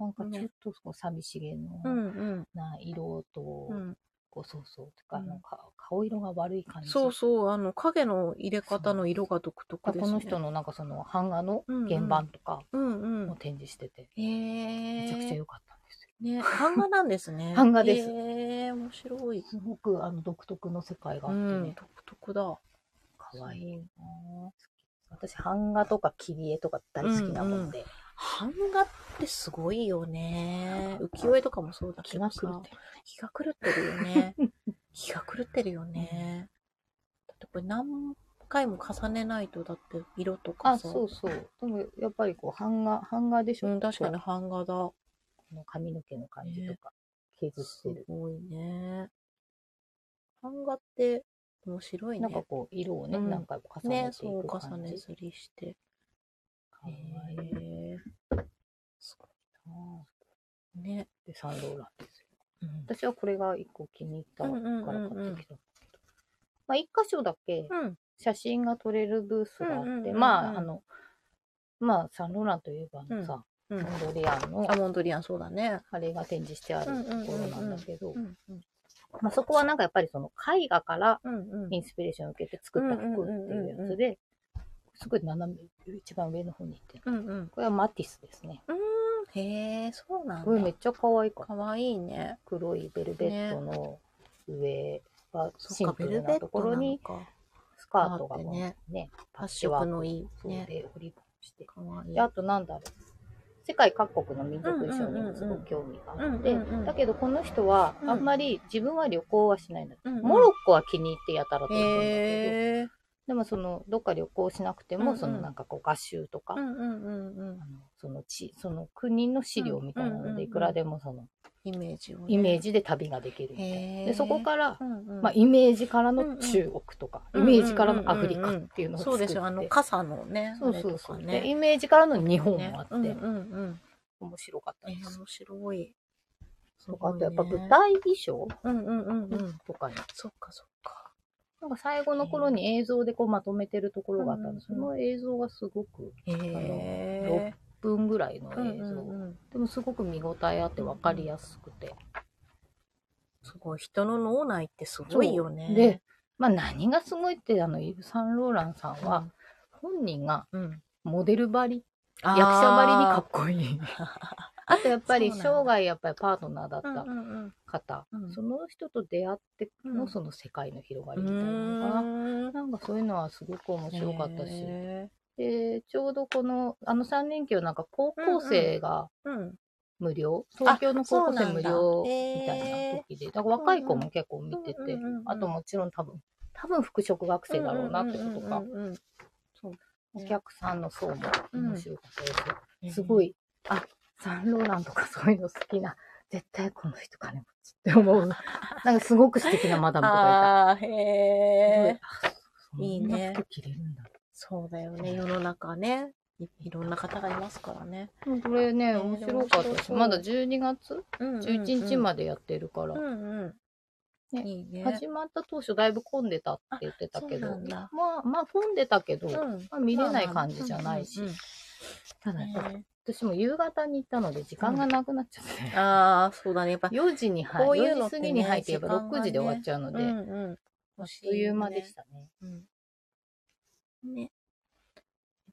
なんかちょっとこう寂しげうのんうんな色と、うん。こうそうそうとか、うんあのか顔色が悪い感じ。そうそう、あの、影の入れ方の色が独特ですね。この人のなんかその版画のうんうん原版とかうんうもん。展示してて、へえ。めちゃくちゃ良かったんですよ。。ね、版画なんですね 版画ですへえ、面白い。すごくあの独特の世界があうってん、ね、独特だ。可愛いなぁ私、版画とか切り絵とか大好きなもんで、版画ってすごいよね。浮世絵とかもそうだけ気どがさ。狂ってる。気が狂ってるよ ね。気が狂ってるよね。だってこれ何回も重ねないと、だって色とかあ、さ。そうそう。でも、やっぱりこう、版画、版画でしょ、うん、確かにこ版画だ。うこの髪の毛の感じとか、削すってる。ごいね。版画って面白いなんかね。こう、色をね、うん何回も重ね、ねていそうく重感じ。ねずりして。可へ愛いなえぁね。で、サンローランですうよ。ん私はこれが一個気に入ったうんうんうんうんから買ってきたんだけど。まあ、一箇所だけ、うん。写真が撮れるブースがあっうんうんうんて、うんまあ、あの、まあ、サンローランといえばあのさ、うん。サンドリアンのアモンドリアン、そうだね。あれが展示してあるところなんだけど、うんうんまあ、そこはなんかやっぱりその絵画からうんうんインスピレーションを受けて作った服っていうやつで、すごい斜め、一番上の方に行ってる。うんうん。これはマティスですね。へえ、そうなんこれだめっ。ちゃ可愛いかっかた。わいいね。黒いベルベットの上がシンプルなところにそっかスカートがベルもベットなうのねか、パッ発チ色ワークのいいそうね。で折り込みして。かわいいで、。あとなんだろう。世界各国の民族衣装にうんうんうんうんもすごく興味があって、うんうんうんだけどこの人はうんあんまり自分は旅行はしないんだって、うんうんモロッコは気に入ってやたらと行くんだけど、へえ。でもそのどっか旅行しなくてうんも、うんそのなんかこう合衆とか、うんうんうんうんあ。のその地その国の資料みたいうなんうんうのんうんでいくらでもそのイメージをね。イメージで旅ができるみたいへーな。でそこから、うんうん。まあ、イメージからの中国とか、うんうんイメージからのアフリカっていうのを作そって、うですよ。あの、傘のね。そうそうそう、あれとかでね。イメージからの日本もあって、うんうんうん。面白かったえでーす。面白い。とかあとやっぱすごい舞ね台衣装うんうんうんうん。とかに、そっかそっか。なんか最後の頃に映像でこうまとめてるところがあったんです、うんうんその映像がすごくへえ。 1分ぐらいのう映像、んうんうん。でもすごく見応えあって分かりやすくて、すごい。人の脳内ってすごいよね。で、まあ、何がすごいってあのイヴ・サンローランさんうはん本人がうん。モデルばり役役者ばりにかっこいいあとやっぱりそうなんだ生涯やっぱりパートナーだっうんたうん方、うんその人と出会ってうのんその世界の広がうりん。みたいなのかな、面なんかそういうのはすごく面白かったし、うで、ちょうどこの、あの3連休なんか高校生がん。無料、東京の高校生無料そうなんだみたいな時で、だから若い子も結構見てて、うんうんうんうんあともちろん多分、多分服飾学生だろうなってことか、うんうんうんうんお客さんの層も面白かったです、うんすごい、あ、サンローランとかそういうの好きな、絶対この人金持ちっ て思う。なんかすごく素敵なマダムとかああ、へいた。え。すごいあいいねそんな服着れるんだ。そうだよね。世の中ね。いいろんな方がいますからね。うんこれね、ね面白かった面白です。そうまだ12月11日で。までやってるから、うんうん。ねいいね。始まった当初だいぶ混んでたって言ってたけあそど、うなんだまあ、まあ混んでたけど、うんまあ見れない感じじゃないし、うんうんただやっぱ私も夕方に行ったので時間がなくなっちゃって、うんああ、そうだね。やっぱ、 4時にこ入ういうる、の4っ時て過ねぎに入ってやっぱ時間がね6時で終わっちゃうので、あっん。という間でしたね。うんね。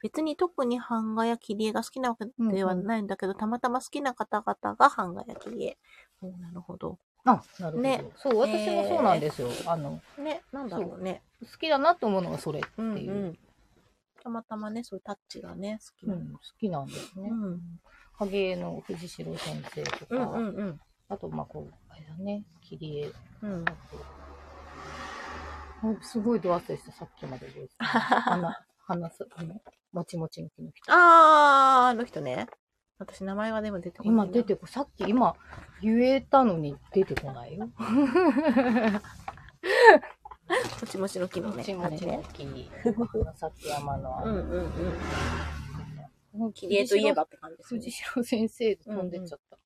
別に特に版画や切り絵が好きなわけではないんだけど、たまたま好きな方々が版画や切り絵。おなるほど。あ、なるほど、ねそう、私もそうなんですよ。あの、ね、なんだろうね。好きだなと思うのがそれってうんういう。ん。たまたまね、そういうタッチがね、好きうなの。ん好きなんですね。うん影絵の藤代先生とか、うんうんあと、まあ、こう、あれだね、切り絵うん。 うん。あすごいドアスでした、さっきまで です。花、花す、あのもちもちの木の人。あー、あの人ね。私、名前はでも出てこないな。今出てこ、さっき今言えたのに出てこないよ。もちもちの木のもね。ちもちの木、花咲山のああれね。うの、んうんもう切り絵といえば。って感じですね藤代先生で飛んでっちゃった。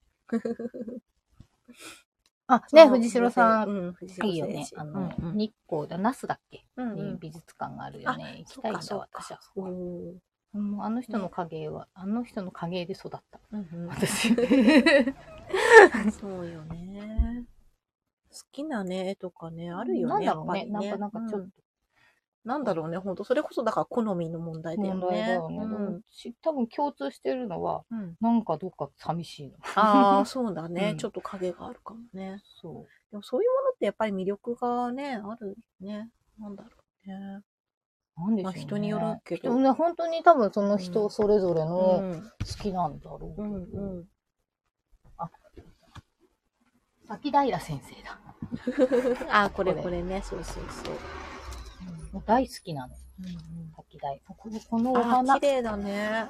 あ、ね、藤代さん、うん、藤いい代よ先ね。生。あの、うんうん日光だ、那須だっけ、うんにうん美術館があるよね。行きたいんだ、そうか私は。おーもうあの人の影は、あの人の影 で育った。うんうん私。そうよね。好きなね、絵とかね、あるよね。なんだろうね。やっなぱんりか、なんかちょっうんなんだろうね、ほんと。それこそだから好みの問題とだよね。問題だよね。うでんもし多分共通してるのは、 うんなんかどっか寂しいの。ああ、そうだね、うんちょっと影があるかもね。そう。でもそういうものってやっぱり魅力がね、あるね。なんだろうね。なんでしょう、ねまあ人によるけど人ね、本当に多分その人それぞれうのん。好きなんだろうけうど。んうん。先平先生だ。ああ、これこれこれね。そうそうそう。もう大好きなの。先平。このこのおああ、花綺。麗だね。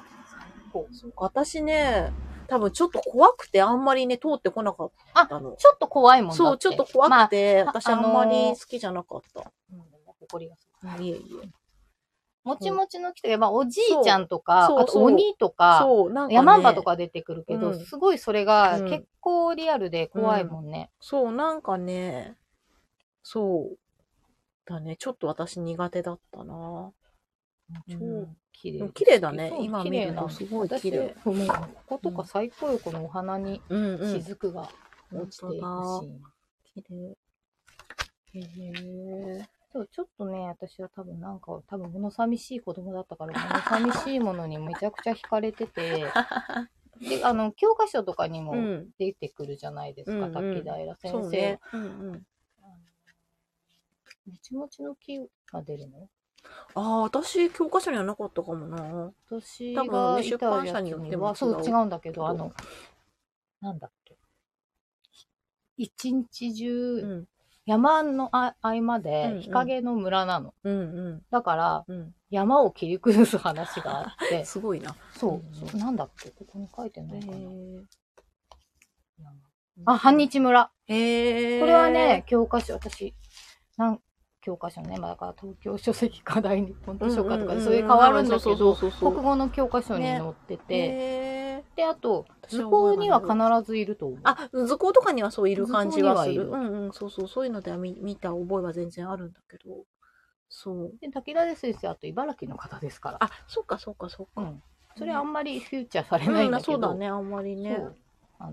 こうそうか私ね、多分ちょっと怖くてあんまりね、通ってこなかったの。ちょっと怖いもんだってそう、ちょっと怖くて、まあ私あんまり好きじゃなかった。うんほこりがすごいいえいえ。もちもちの木とか、まあ、おじいちゃんとか、そうあと鬼とか、そう、なんか、ね。山んばと。か出てくるけど、うんすごいそれがうん結構リアルで怖いもんね。そう、なんかね、そう。だね、ちょっと私苦手だったな。うん超綺でも麗。綺麗だねそう今見ると綺麗なすごい綺麗私もうこことか最高よ、このお花にうんう雫が落ちていくシー本ン。綺麗。へえ。そうちょっとね、私は多分なんか、多分物寂しい子供だったから、物寂しいものにめちゃくちゃ惹かれて て、で、あの、教科書とかにもうん。出てくるじゃないですか、うんうん滝平先そう生ね。。うんうん。もちもちの木が出るのああ、私、教科書にはなかったかもな。私多分がねい出たや版つ社によってにはは、そう違う違うんだけど、どあの、なんだっけ。一日う中、ん。山のあ合間うんうでん日陰の村なの。うんだから、うん。山を切り崩す話があっうて ん。、すごいな。、そううんそうなんだっけここに書いてないかな。へあ、半。日村。へえ。これはね、、教科書、私、なん教科書ね、まあ、だから東京書籍か大日本図書館とかで、それ変わるんだけうそどう、そうそう国語の教科書に載ってて、へーで、あと、私図は覚え工がないには必ずいると思う。あ、図工とかにはそういる感じはする。図う工んうん、そうそう、そういうのでは見見た覚えは全然あるんだけど。そう。で、武田先生、あと茨城の方ですから。あ、そうかそうかそううか。ん。それあんまりフューチャーされうないんん、だけど。そうだね、あんまりねそ。うあうの、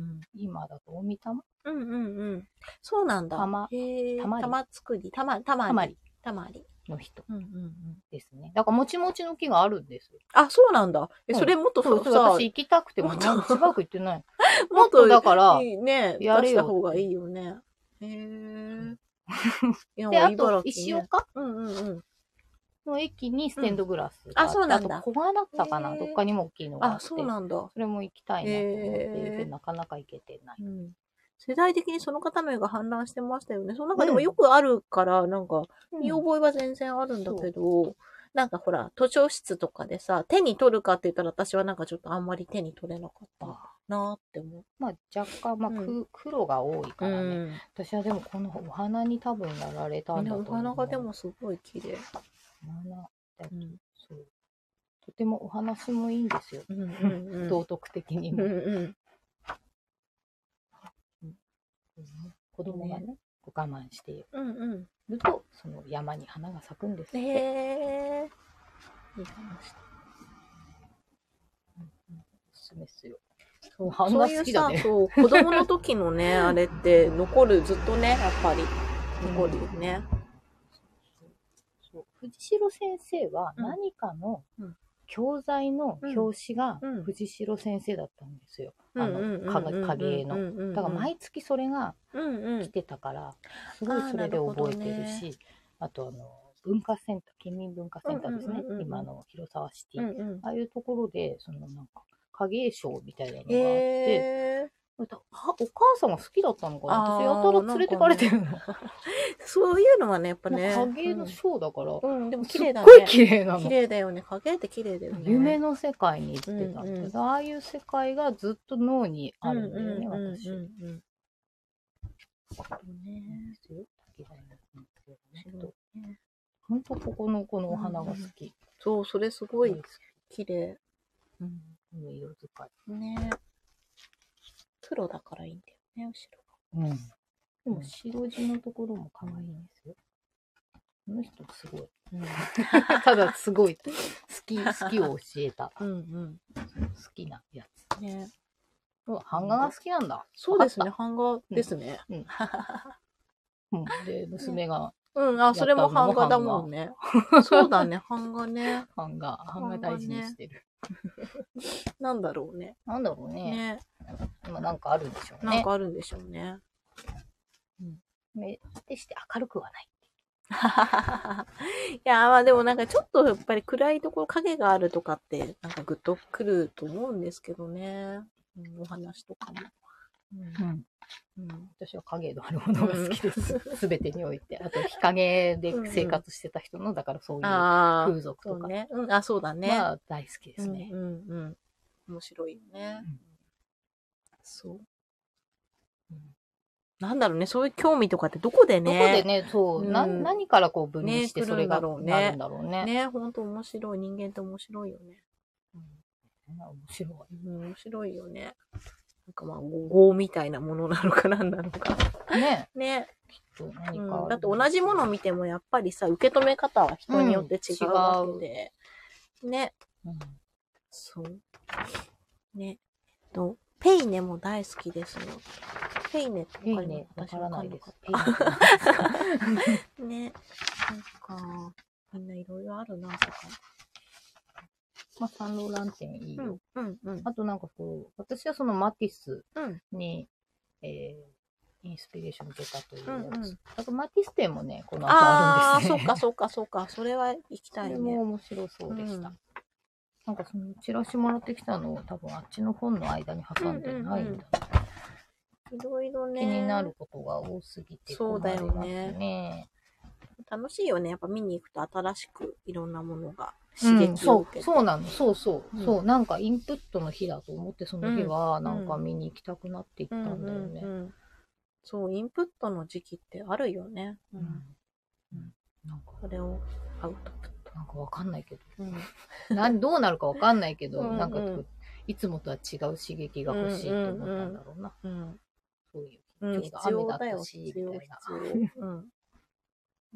ん今だと、大玉うんうんうん。そうなんだ。玉へーたまり玉作り。玉、玉たまり玉り。の人うんうんうん。ですね。だから、もちもちの木があるんですよ。あ、そうなんだ。え、うんそれもっとさ、そうそう、さ私行きたくても、もっしとばらく行ってない。もっそとうだから、いいね、出やれよした方がいいよね。へ え。いやで、あ茨城と、石ね岡うんうんうん。の駅にステンドグラスがうんあそうなんだあと、小柄ったかへなーどっかにも大きいのがあっあ、て。そうなんだ。それも行きたいなと思っているけへど、ーなかなか行けてない。うん世代的にその方の絵が氾濫してましたよね。その中でうもんよくあるから、なんか、見うん覚えは全然あるんだけど、なんかほら、図書室とかでさ、手に取るかって言ったら私はなんかちょっとあんまり手に取れなかったなーって思う。まあ若干、まあ、うんく黒が多いからね、私はでもこのお花に多分やられたみんんだなとお思う。花がでもすごい綺麗。お花うん。そうとてもお話もいいんですよ。うんうんうん。道徳的にうんも。うん。子供がね、こう我慢していうんうん。ると、その山に花が咲くんですって。へえ。いい話おすすめっすよ。そう版そ画うい好うきださ、ねそう、子供の時のね、あれって残る、ずっとね、やっぱり残るよね。そう藤代先生はうん何かのうん教材の表紙がうん藤代先生だったんですよ。うんあうんうんうんの、かが影絵うの。んうんうんだから毎月それがうんうん来てたから、すごいそれで覚えてるし、あとあの、文化センター、県民文化センターですね。うんうんうんうん今の広沢シテうィ。んうん。ああいうところで、そのなんか、影絵賞みたいなのがあって、へえ。あお母さんが好きだったのかなあ私ーやたら連れてかれてるの。そういうのはね、やっぱ ね。影絵の賞だから、うん、うんでも綺すっ麗だごいね。綺麗なの綺。麗だよね。影って綺麗だよね。夢の世界に行ってたんだけど、うんうんああいう世界がずっと脳にあるんだよね、うんうんうんうん私。うんね本当ここのこのお花が好き。そう、それすごい綺麗。うん、この色使い。ね黒だからいいんだよね、後ろが。うん。でも白地のところも可愛いんですよ。この人すごい。ただすごい。好 き、好きを教えた。うんうん好きなやつ。うん。ね、うわ版画が好きなんだ。そうですね、版画ですね。うん。で、娘がうん、あ、それも版画だもんね。 そうだね、版画ね。版画、版画大事にしてる。なんだろうね。なんだろうね。ね。今なんかあるんでしょうなんね。かあるんでしょうね。 目でして明るくはない。いや、まあでもなんかちょっとやっぱり暗いところ、影があるとかって、なんかグッとくると思うんですけどね。うんお話とかも。うん。うん私は影のあるものが好きです。 すべてにおいて。あと、日陰で生活してた人の、だからそういうああ、風俗そとうか。ね。うん、あ、そうだね。まあ、大好きですね。うんうんうん。面白いよね。うんそう。なんだろうね、そういう興味とかってどこでどね。こでね、そう、うんな何からこう分離してねそれが来るんだろうねなるんだろうね。ね、ほんと面白い。人間って面白いよね。面白い。うん、面白いよね。なんかまあ、語みたいなものなのかなんなの か。ね、ね。きっと何かある、うん、だって同じものを見てもやっぱりさ、受け止め方は人によって違うわけで。ね。うんそう。ね。えっと、ペイネも大好きですよ。ペイネってペわかイりね、まわす私からないでわすか。ペイネって何ですんなかっかたね。なんか、みんないろいろあるな、世 まあ、サンローラン店いいよ。界。うん、うん、うん。あとなんかこう、私はそのマティスうん、に、えーインスピレーション受けたというやつ。うんうんあとマティス店もね、この後あああー、るんそですね。っかそっかそっか。それは行 きたそいれねも。面白そうでした。うんなんかそのチラシもらってきたのを多分あっちの本の間に挟んでないんだな、うんうんうんいろいろね。気になる。ことが多すぎてそうだよね困りますね。楽しいよね。やっぱ見に行くと新しくいろんなものがう刺ん激をそ受けて。う、そうなの、そうそう、うんそう、なんかインプットの日だと思って、その日は、んなんか見に行きたくなっていったうんんだようんね。うんそう、インプットの時期ってあるよね。ううんん、うんなんか、それをアウトプッなんかわかんないけト。うんど、なんどうなるかわかんないけど、うんうんなんかこう、いつもとは違う刺激が欲しいと思ったんだろうな。うん。そういううん、今日が必雨要だっだよ、たし、み必た要、必いな。要。うん。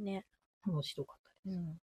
ね。面白かったでうす。ん、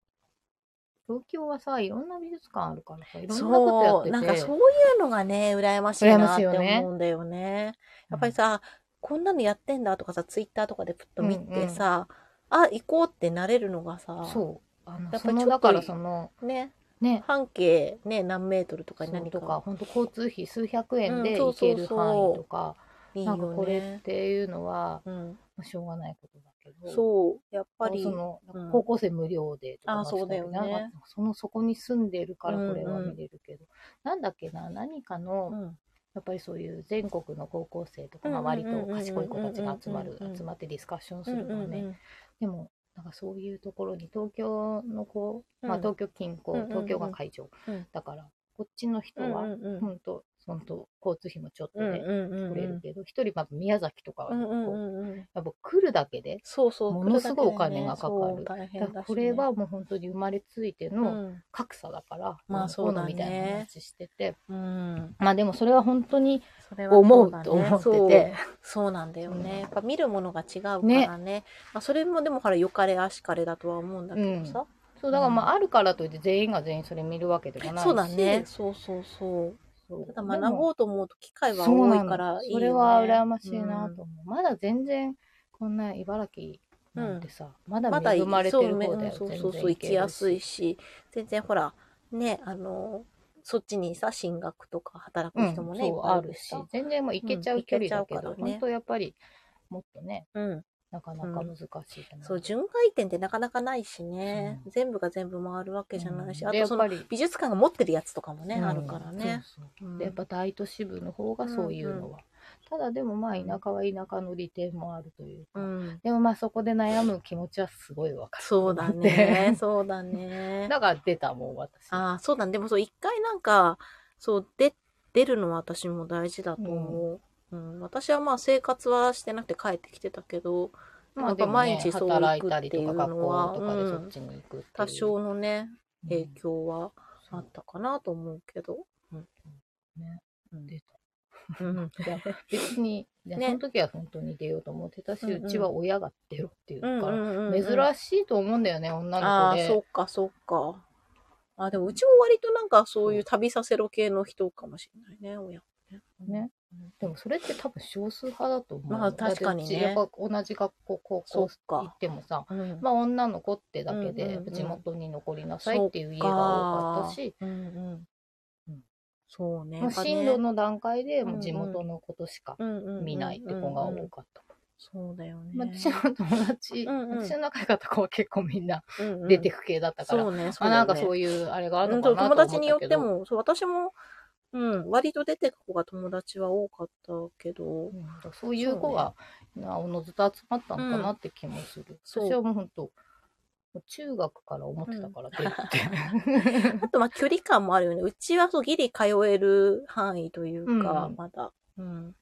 東京はさ、いろんな美術館あるからさ、いろんなことや っそてう、て。なんかそういうのがね、羨ましいなって思うんだよね。やっぱりさ、こんなのやってんだとかさ、ツイッターとかでプッと見てさ、あ、行こうってなれるのがさ、そう。あのやっぱそりちょっのとだからその、ね、ね、半径ね、何メートルとかに何何とかか、本当交通費数百円うんでそう行そうける範囲とか、いいなんかよこれっね。ていうのは、うん、まあしょうがないことだけど、う、そう、やっぱりそ、のうん高校生無料でとかあそうだよねなんかそのそこに住んでるからこれはうんうん見れるけど、なんだっけな、何かうの、ん、ややっぱりそういう全国の高校生とか、まあうんうん割うんうんと賢い子たちが集まるうんうんう、ん集まってディスカッションすうんるのはうんうね、んでも、なんかそういうところに東京の子、まあうん東京近うん郊、うんうん東京が会場うん。だから、こっちの人うんは、うんうん本当本当交通費もちょっとうんでうんうん来れるけど、一人まず宮崎とかはうね、んうこうんうんうんやっぱ来るだけで、そうそうものすごいお金がかかるそう大だ変かだらしねこれはもう本当に生まれついてうのん格差だから、まあそうだねみたいな話してて、うんまあでもそれは本当にそれは思そうだねと思ってそうて、そうなんだようんねやっぱ見るものが違うからねまあそれもでもほらよかれあしかれだとは思うんだけどさそうだからまああるからといって全員が全員それ見るわけでもないし、そうだねそうそうそうそうただ学ぼうと思うと機会はそう多ないのからいいよねそれは羨ましいなと思う、まだ全然こんな茨城なんてさ、まだまだ恵まれてる方だよ、そううん全然そうそうそう行けるきやすいし全然ほらねあのそっちにさ進学とか働く人もね、ういっんそうぱいあいるるしし、全然もう行けちゃううん距離だけ行けちゃど、うからね本当やっぱりもっとねうん、なかなか難しいじゃない、そう巡回転ってなかなかないしね、う全部が全部回るわけじゃないし、うんあでやとっそのぱり美術館が持ってるやつとかもね、うんあるからね。そうそううんでやっぱ大都市部の方がそういうのは、ただでもまあ田舎は田舎の利点もあるというか、うん、でもまあそこで悩む気持ちはすごいわかるそうだ ねそうだねだから出たもん私ああそうだねでもそう一回なんかそうで出るのは私も大事だと思う、うん私はまあ生活はしてなくて帰ってきてたけどまやあっぱでもね毎日そう働いたりと行かくっていう学のは校とかでうんそっちに行くっていう、多少のねうん影響はあそうったかなと思うけど、ねうん出た うんいや別に、ね ねその時は本当に出ようと思ってたし、うんうんうちは親が出ろっていううんから、うんうんうん珍しいと思うんだよね、女のああ子で。そうかそうかあでもうちも割となんかそういう旅させろ系の人かもしれないね親ね。でもそれって多分少数派だと思う。まあ確かにねだってうちやっぱ同じ学校、高そ校っか行ってもさ、うんまあ女の子ってだけうんうでんうん地元に残りなさいっていう家が多かったし、うんうんうんそうねまあ、進路の段階でうんもうんう地元のことしか見見ないって子が多かった。そうだよね、まあ、私の友達、うんうん私の仲良かった子は結構みんなうんうん出てく系だったから、そうねそあうだなよんかそねういうあれがあうるんのそかうな友と思った達けど、によってもそう私も、うん、割と出てく子が友達は多かったけどう、ん、だからそういう子がなおのずと集まったのかなって気もする、そう私はもう本当もう中学から思ってた から出るって、あとまあ距離感もあるよねうちはそうギリ通える範囲というか、うんまだうん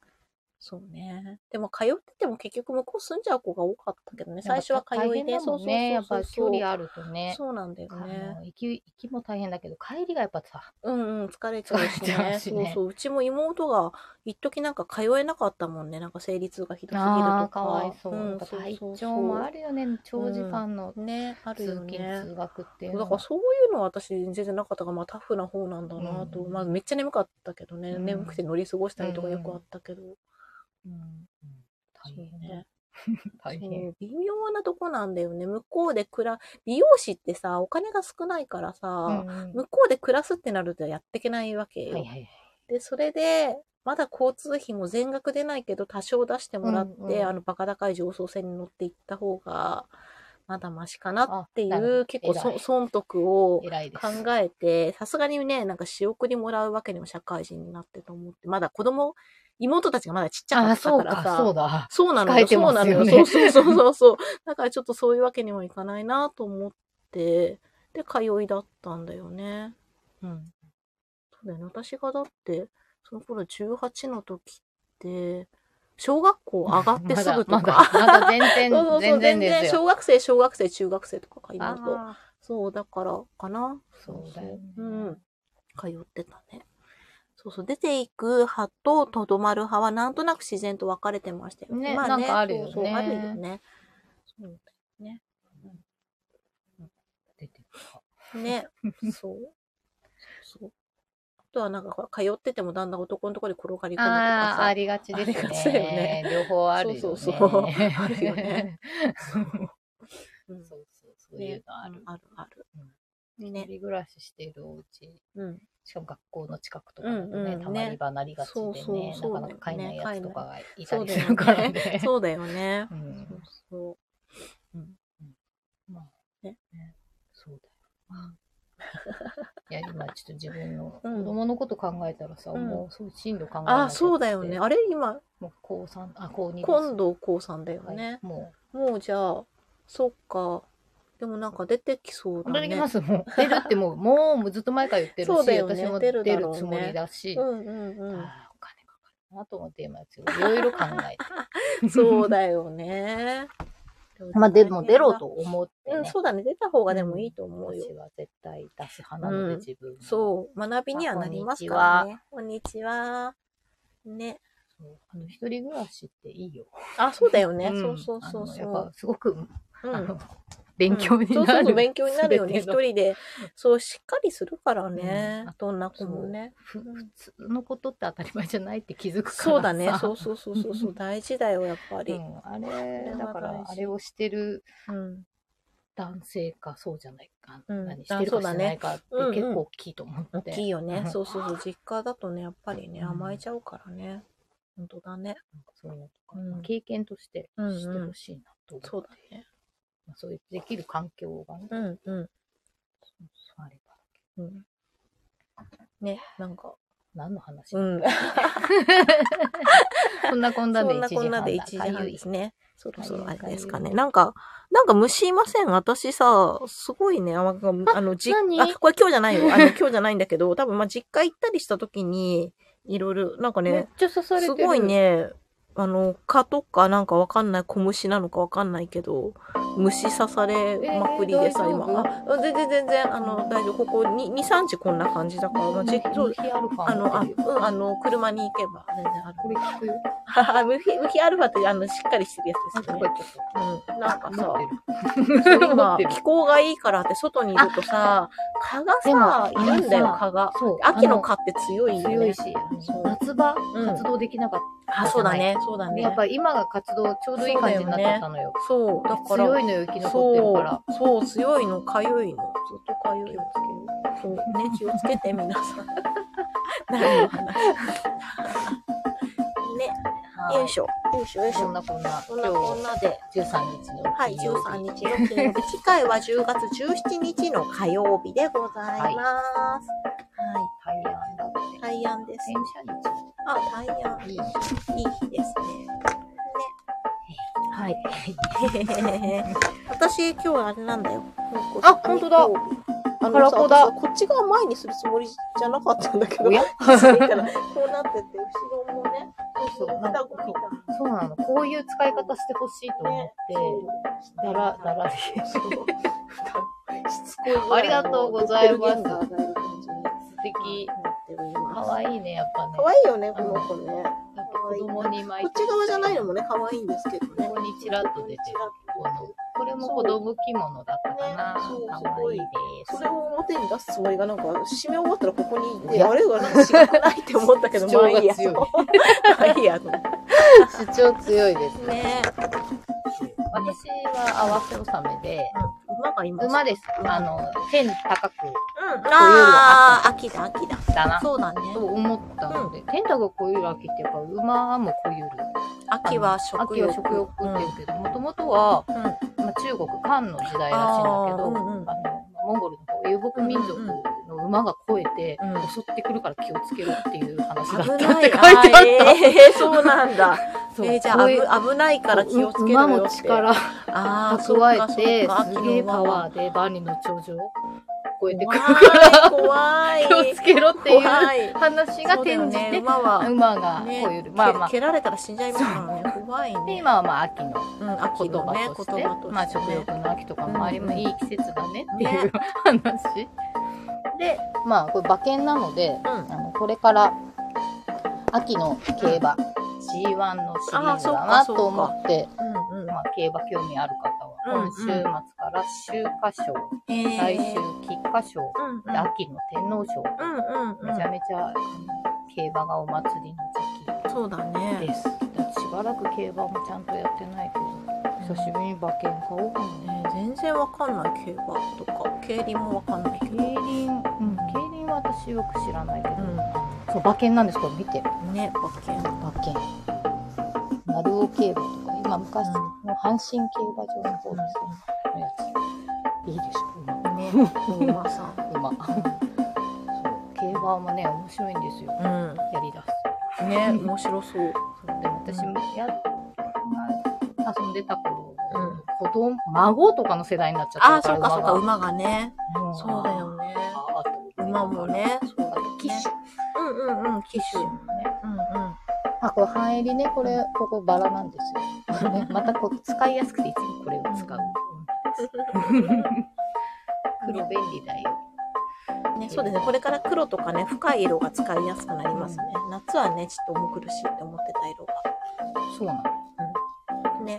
そうねでも通ってても結局向こう住んじゃう子が多かったけどね最初は通いでやっぱ大変だもんねやっぱり距離あるとねそうなんだよあねの行き行きも大変だけど帰りがやっぱさうんうん疲れちゃうし疲れちゃねうしねそうそううちも妹が一時なんか通えなかったもんねなんか生理痛がひどすぎるとあかーかわいそう、んやっぱ体そうそう調もあるよね長時間のねある通よ勤、ね通学っていうのだはからそういうのは私全然なかったから、まあ、タフな方なんだなと、うんまあ、めっちゃ眠かったけどね、うん眠くて乗り過ごしたりとかよくあったけど、うん大そう変だね大そ変う微妙なとこなんだよね向こうで暮ら美容師ってさお金が少ないからさ、うん向こうで暮らすってなるとやっていけないわけよ、はいはいでそれでまだ交通費も全額出ないけど多少出してもらって、うんうんあのバカ高い上層線に乗っていった方がまだマシかなっていあなるほうど結構そ偉い損得を偉いです考えて、さすがにね、なんか仕送りもらうわけにも社会人になってと思って、まだ子供、妹たちがまだちっちゃかあったそかうらかさ、そうだそうなの控よ、えてそうまなすのよ、よねそうそうそうそうそう。 だからちょっとそういうわけにもいかないなと思って、で、通いだったんだよね。うん。そうだよね、私がだって、その頃18の時って、小学校上がってすぐとか、まだ、まだまだ 全そうそうそう然、全然ですよ。小学生、小学生、中学生とかか、今だと。あそう、だからかな。ーそうだよね。うん。通ってたね。そうそう、出ていく派ととどまる派はなんとなく自然と分かれてましたよね。ねまなんかあるよねそうそうあるよね。そう出てたね。そう。そう。あとはなんかほら、通っててもだんだん男のところに転がり込むとあー、あかりがちですありがちだよねね。両方あるよね。そうそうそうあるよね。そうさ。 そうそう、そうねいうのある。あるあるうん。一ね。人暮らししているお家、うん。しかも学校の近くとかだとうんうね、んたまり場なりがちでそうそうね、そなうだかよねなか買えないやつとかがいたそうりだすよるからねね。。そうだよねう。んそうそまあねねそうだよ。いや、今ちょっと自分の子うん供のこと考えたらさ、うんもうそう進路考う。えなきゃあ、そうだよね。。あれ今、もう高三あ、高二です。今度高3だよね。はいももうじゃあ、そっか。でもなんか出てきそうう、だ出てね。きます、もう。出るってもう、もうずっと前から言ってるし、そうだよね私も出出るるだろうねつもりだし、うんうんあーお金かかるなと思って今ですよ。いろいろ考えうん。 そうだよね。て。 まあ、でも出ろうと。思ってね。うん、そうだね。出た方がでもいいと思うよ私。は絶対出す派なのうで、ん自分もそう。学びにはなりますからね。こんにちは。ね。そうあの一人暮らしっていいよ。あ、そうだよね。んそうそうそうあのやっそぱすごく、う。うあんの、勉強になる。そうそうそう勉強になるよね。一全ての人で。そう、しっかりするからねうん。どんな子もね。ふ普通のことって当たり前じゃないって気づくからさ。そうだね。そうそうそうそう そう。大事だよ、やっぱうり。ん、あそれれ、は大事だから、あれをしてるうん。男性か、そうじゃないか、うん何してるかしてないかってそうだね結構大きいと思って。大きいよねう。んそうそうそう。実家だとね、やっぱりね、うん甘えちゃうからね。本当だね。なんかそういうのとか、うん経験としてうんうんしてほしいなと思って、そうだね。まあそういうできる環境がね、うんうんあれば。うん。ね、なんか。何の話、うん。 そんなこん なそでん1な時半だ。こんなで1時か半ゆいですね。そろそろあれですかかね。ゆいなんか、なんか虫いません。私さ、すごいね、あの、あのじ何あ、これ今日じゃないよ。あの、今日じゃないんだけど、多分まあ実家行ったりした時に、いろいろ、なんかめっね、ちゃ刺されてする。ごいね、あの、蚊とかなんかわかんない、小虫なのかわかんないけど、虫刺されまくりでさ、えー今大丈。あ、全然全然、あの、大丈夫。ここに2、3時こんな感じだから、まあ、ちそうヒアルファあの、あ、持ってるようん、あの、車に行けば全然ある。これ聞くよ。はは、ムヒ、ムヒアルファって、あの、しっかりしてるやあ、つですどよこ行ね。っちゃっうん。なんかた。さ、持ってる。そう持っ今てる、気候がいいからって外にいるとさ、蚊がさ、でもいるんだあよのさ、蚊が。そう。秋のあ蚊って強いよね。強いし、そう夏場、うん活動できなかっあ、そうだね、そうだた。ね。やっぱり今が活動ちょうどいい感じになっちゃったのよ。そう、だから。強いのよ、生き残ってるから。そう、そう、強いの、かゆいの。ずっとかゆいの。そう、ね、気をつけて、皆さん。何の話ね、はいよいしょ。よいしょ、よいしそんょ。なこんな、そんな今日こんなで、 13日の金曜日。はい、13日の金曜日。次回は10月17日の火曜日でございます。はタイヤンだってい、。大安です洗。車あ、大安。日。いいね。いい日ですはい。ね。ね。私、今日あれなんだよ。あ本当だ木曜日あカのラさ、コだ私こっち側前にするつもりじゃなかったんだけど、おや気づいたらこうなってて、後ろもね、そうそう双子みたいな。そうなの。こういう使い方してほしいと思 って、だら、だらで。そう双子しつこいぐらいのありがとうございますベルゲンガーがいる感じにな素敵。っておりますかわいいね、やっぱね。可愛いよね、この子ね。なんか子供にこ巻い。ってち側じゃないのもね、可愛いんですけどねこ。こにちらっと出てる。このこれもそう子供着物だったかな。ねそうかわいいですそ。れを表に出すつもりがなんか、締め終わったらここにいいて、やあれがなんか違くないって思ったけど、 主張まあいいや。が強い まあいいやと思って。主張強いです。ね私は合わせ納めで、馬がいます。馬です。うんあの、天高くうん。あああ、秋だ、秋だ。だな。そうだね。と思ったので、天高くこゆる秋ってやっぱ馬もこゆる。秋は食秋欲。は食欲って言うけど、もともとは、うん。うん。まあ、中国、漢の時代らしいんだけあど、あーうんうんのモンゴルの方遊牧民族の馬が吠えて、うん襲ってくるから気をつけろっていう話だっ危たなって書いい。てあった。あえー そうなんだ。そうえーじゃこあういう危、危ないから気をつけろよ馬って。も力ああ、そうか蓄そうえて、かすげえパー。ワーで万里の長城を越えてくるから、怖い。気怖をいつ。けろっていう怖い話が転じそうだよねて、馬は、馬がこうねいう、まあまあ、蹴蹴られたら死んじゃいますからね。怖いでね。今はまあ秋のうん、言秋のね葉、として、まあ食欲の秋とかもありもうんいい季節だねっていねう話。で、まあこれ馬券なので、うんあのこれから秋の競馬、G1 のシリーズだあなそとうかそうか思って、うんうん。まあ競馬興味ある方うんは、うん今週末から秋華賞、えー来週菊花賞、うんうん。で秋の天皇賞、うんうんうめちゃん。めちゃあの競馬がお祭りの時期。そうだね。です。だってしばらく競馬もちゃんとやってないけど、久しぶりに馬券買おうかもね。ね全然わかんない競馬とか、競輪もわかんないけ競ど。輪、うん、競輪は私よく知らないけど、うそう馬券なんですこれ見てん。ね、馬券。馬券。鳴尾競馬とか今昔の阪神競馬場の方ですね、のやつ。いいでしょね、馬さん。馬。馬。 そう競馬もね面白いんですよ。うやりだす。ん。ね、面白そう。そうで私もやまあ遊んでた頃、うん子供孫とかの世代になっちゃったああ、そうかそうか、馬が馬がね。うんそうだよね。あと馬もね。あと機種うんうんうん、騎手。うんうん。あこれ半襟ねこれここバラなんですよ、ね、またこう使いやすくていつもこれを使う、黒便利だよね、そうですね。これから黒とかね、深い色が使いやすくなりますね。夏はね、ちょっと重苦しいって思ってた色が。そうなのね、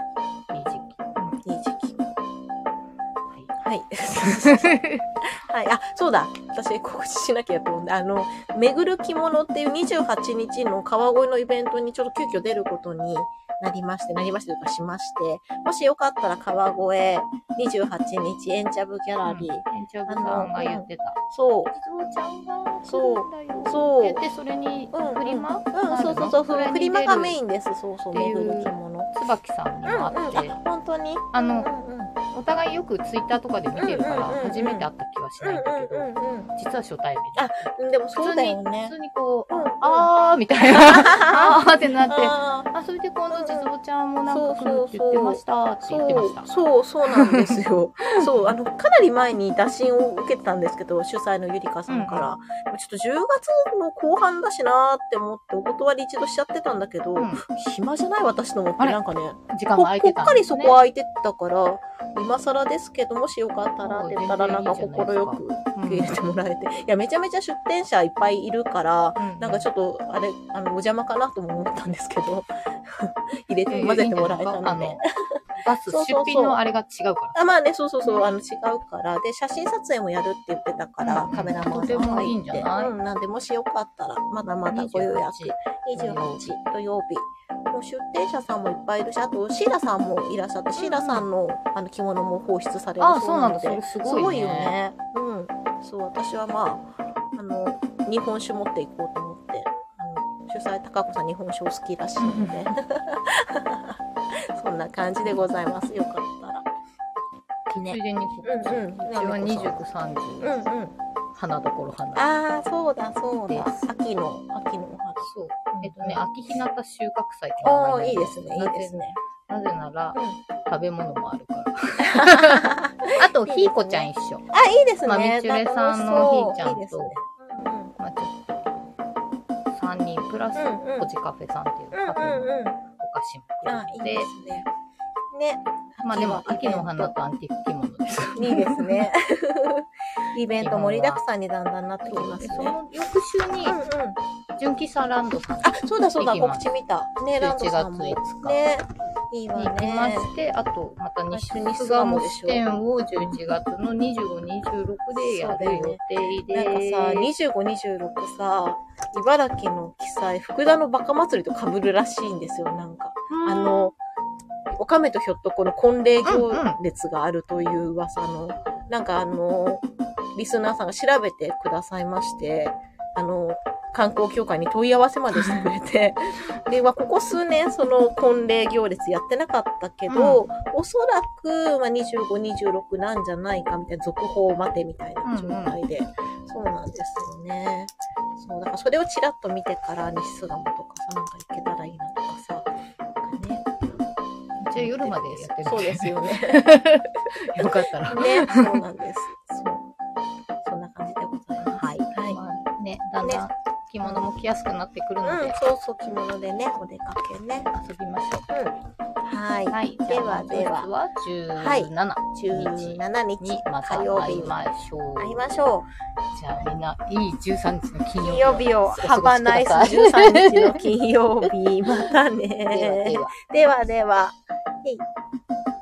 いい時いい時期。期、 はい。はい、はい。あ、そうだ。私、告知しなきゃと思うんで、あの、めぐる着物っていう28日の川越のイベントにちょっと急遽出ることになりまして、なりましてというかしまして、もしよかったら川越28日エンチャブギャラリー。園長さんが言ってたそう。お地蔵ちゃんが来るんだよそうって言ってそれにフリマ、うん、そうそうそう、それ、フリマがメインンです。そうそう、っていめうぐる着物。椿さんにもあって、本当にあのうんうんお互いよくツイッターとかで見てるからうんうんうんうん初めて会った気はしないんだけどうん実は初対面うん。でも普そう通だによ普ね。通にこううんうんあーみたい なあーってなってあーあそれで今度実母ちゃんもなんか来るって言ってましたって言ってましたそう、そうなんです よ。そう、あの、かなり前に打診を受けてたんですけど、主催のゆりかさんから。でもちょっと10月の後半だしなーって思って、お断り一度しちゃってたんだけど、うん暇じゃない私と思って、あれなんかね、時ぽ間が空いてぽたっんかでりすそねこ空いてたから、今更ですけど、もしよかったらって言ったら、もうなんか全然いいじ心ゃないよく受け入れてもらえて。いや、めちゃめちゃ出店者いっぱいいるから、うんなんかちょっと、あれ、あの、お邪魔かなとも思ったんですけど、 入れて、いや混いやぜてもらえたいいんじゃのないでです。かあのバスそうそうそう出品のあれが違うかあまあね、そうそうそうう、んあの違うから。で、写真撮影もやるって言ってたから、うんカメラマンとてさんもい入いんっじて。ゃないうん、なんで、もしよかったら、まだまらだご予約。 28 28土曜日。もう出店者さんもいっぱいいるし、あと、シーラさんもいらっしゃって、シーラさんのあの着物も放出されるああそそううななのんで、だそれすすごごいいよねね。うん。そう、私はまあ、あの、日本酒持っていこうと思って、あの、主催高子さん日本酒お好きらしいの で、そんな感じでございます。よかったら。つねいでにこっちうんうんうちは29、30、うんうん。花どころ花ああ、そうだ、そうだです。秋の、秋のお花。そうえっとね秋日向収穫祭って名前あなんあ、だいけいどですね、いいですね。なぜなぜならうん食べ物もあるから あとひいこちゃん一緒あ、 いいですね。まあみちゅれさんのひーちゃんといいですねまあちょっと3人プラスうんうんこじカフェさんっていうカフうんェうのんうん。お菓子もああ、るいいのでですね。ね。まあでも秋のお花花とアンティーク着物ですいいです ね。イベント盛りだくさんにだんだんなってきますそね。の翌週にうんうん。純喫茶ランドさんあ、そうだそうだ、行きま告す知見た。ね、ランド11さ月んも。 5ね。日、いいにわ行きまね。して、あとまた西西巣巣鴨鴨でし支ょ店を11月の25、26でやる予定でなんかさ、25、26さ、茨城の記載、福田のバカ祭りと被るらしいんですよ、なんか。あの、おかめとひょっとこの婚礼行列があるという噂の、なんかあの、リスナーさんが調べてくださいまして、あの、観光協会に問い合わせまでしてくれて、で、まあ、ここ数年、その婚礼行列やってなかったけど、おそらく、まあ、25、26なんじゃないかみたいな、続報を待てみたいな状態で、そうなんですよね。そう、だからそれをちらっと見てから、西巣鴨とかさ、なんか行けたらいいなとかさ、なんかね。じゃあ夜までやってるそうですよね。うん よかったら。ね、そうなんです。そう。そんな感じでございます。はい。はい。まあね、だんだん着物も着やすくなってくるのうでん、そうそう、着物でね、お出かけね。遊びましょうん。はい。う。はい、ではではは17日17に日、また火曜日会いにましょう。会いましょじゃあみんないい13日の金う。金 曜日曜日を、お過ごしくださいハバナイス13日の金曜日。またね。 でではでは。はでは。はい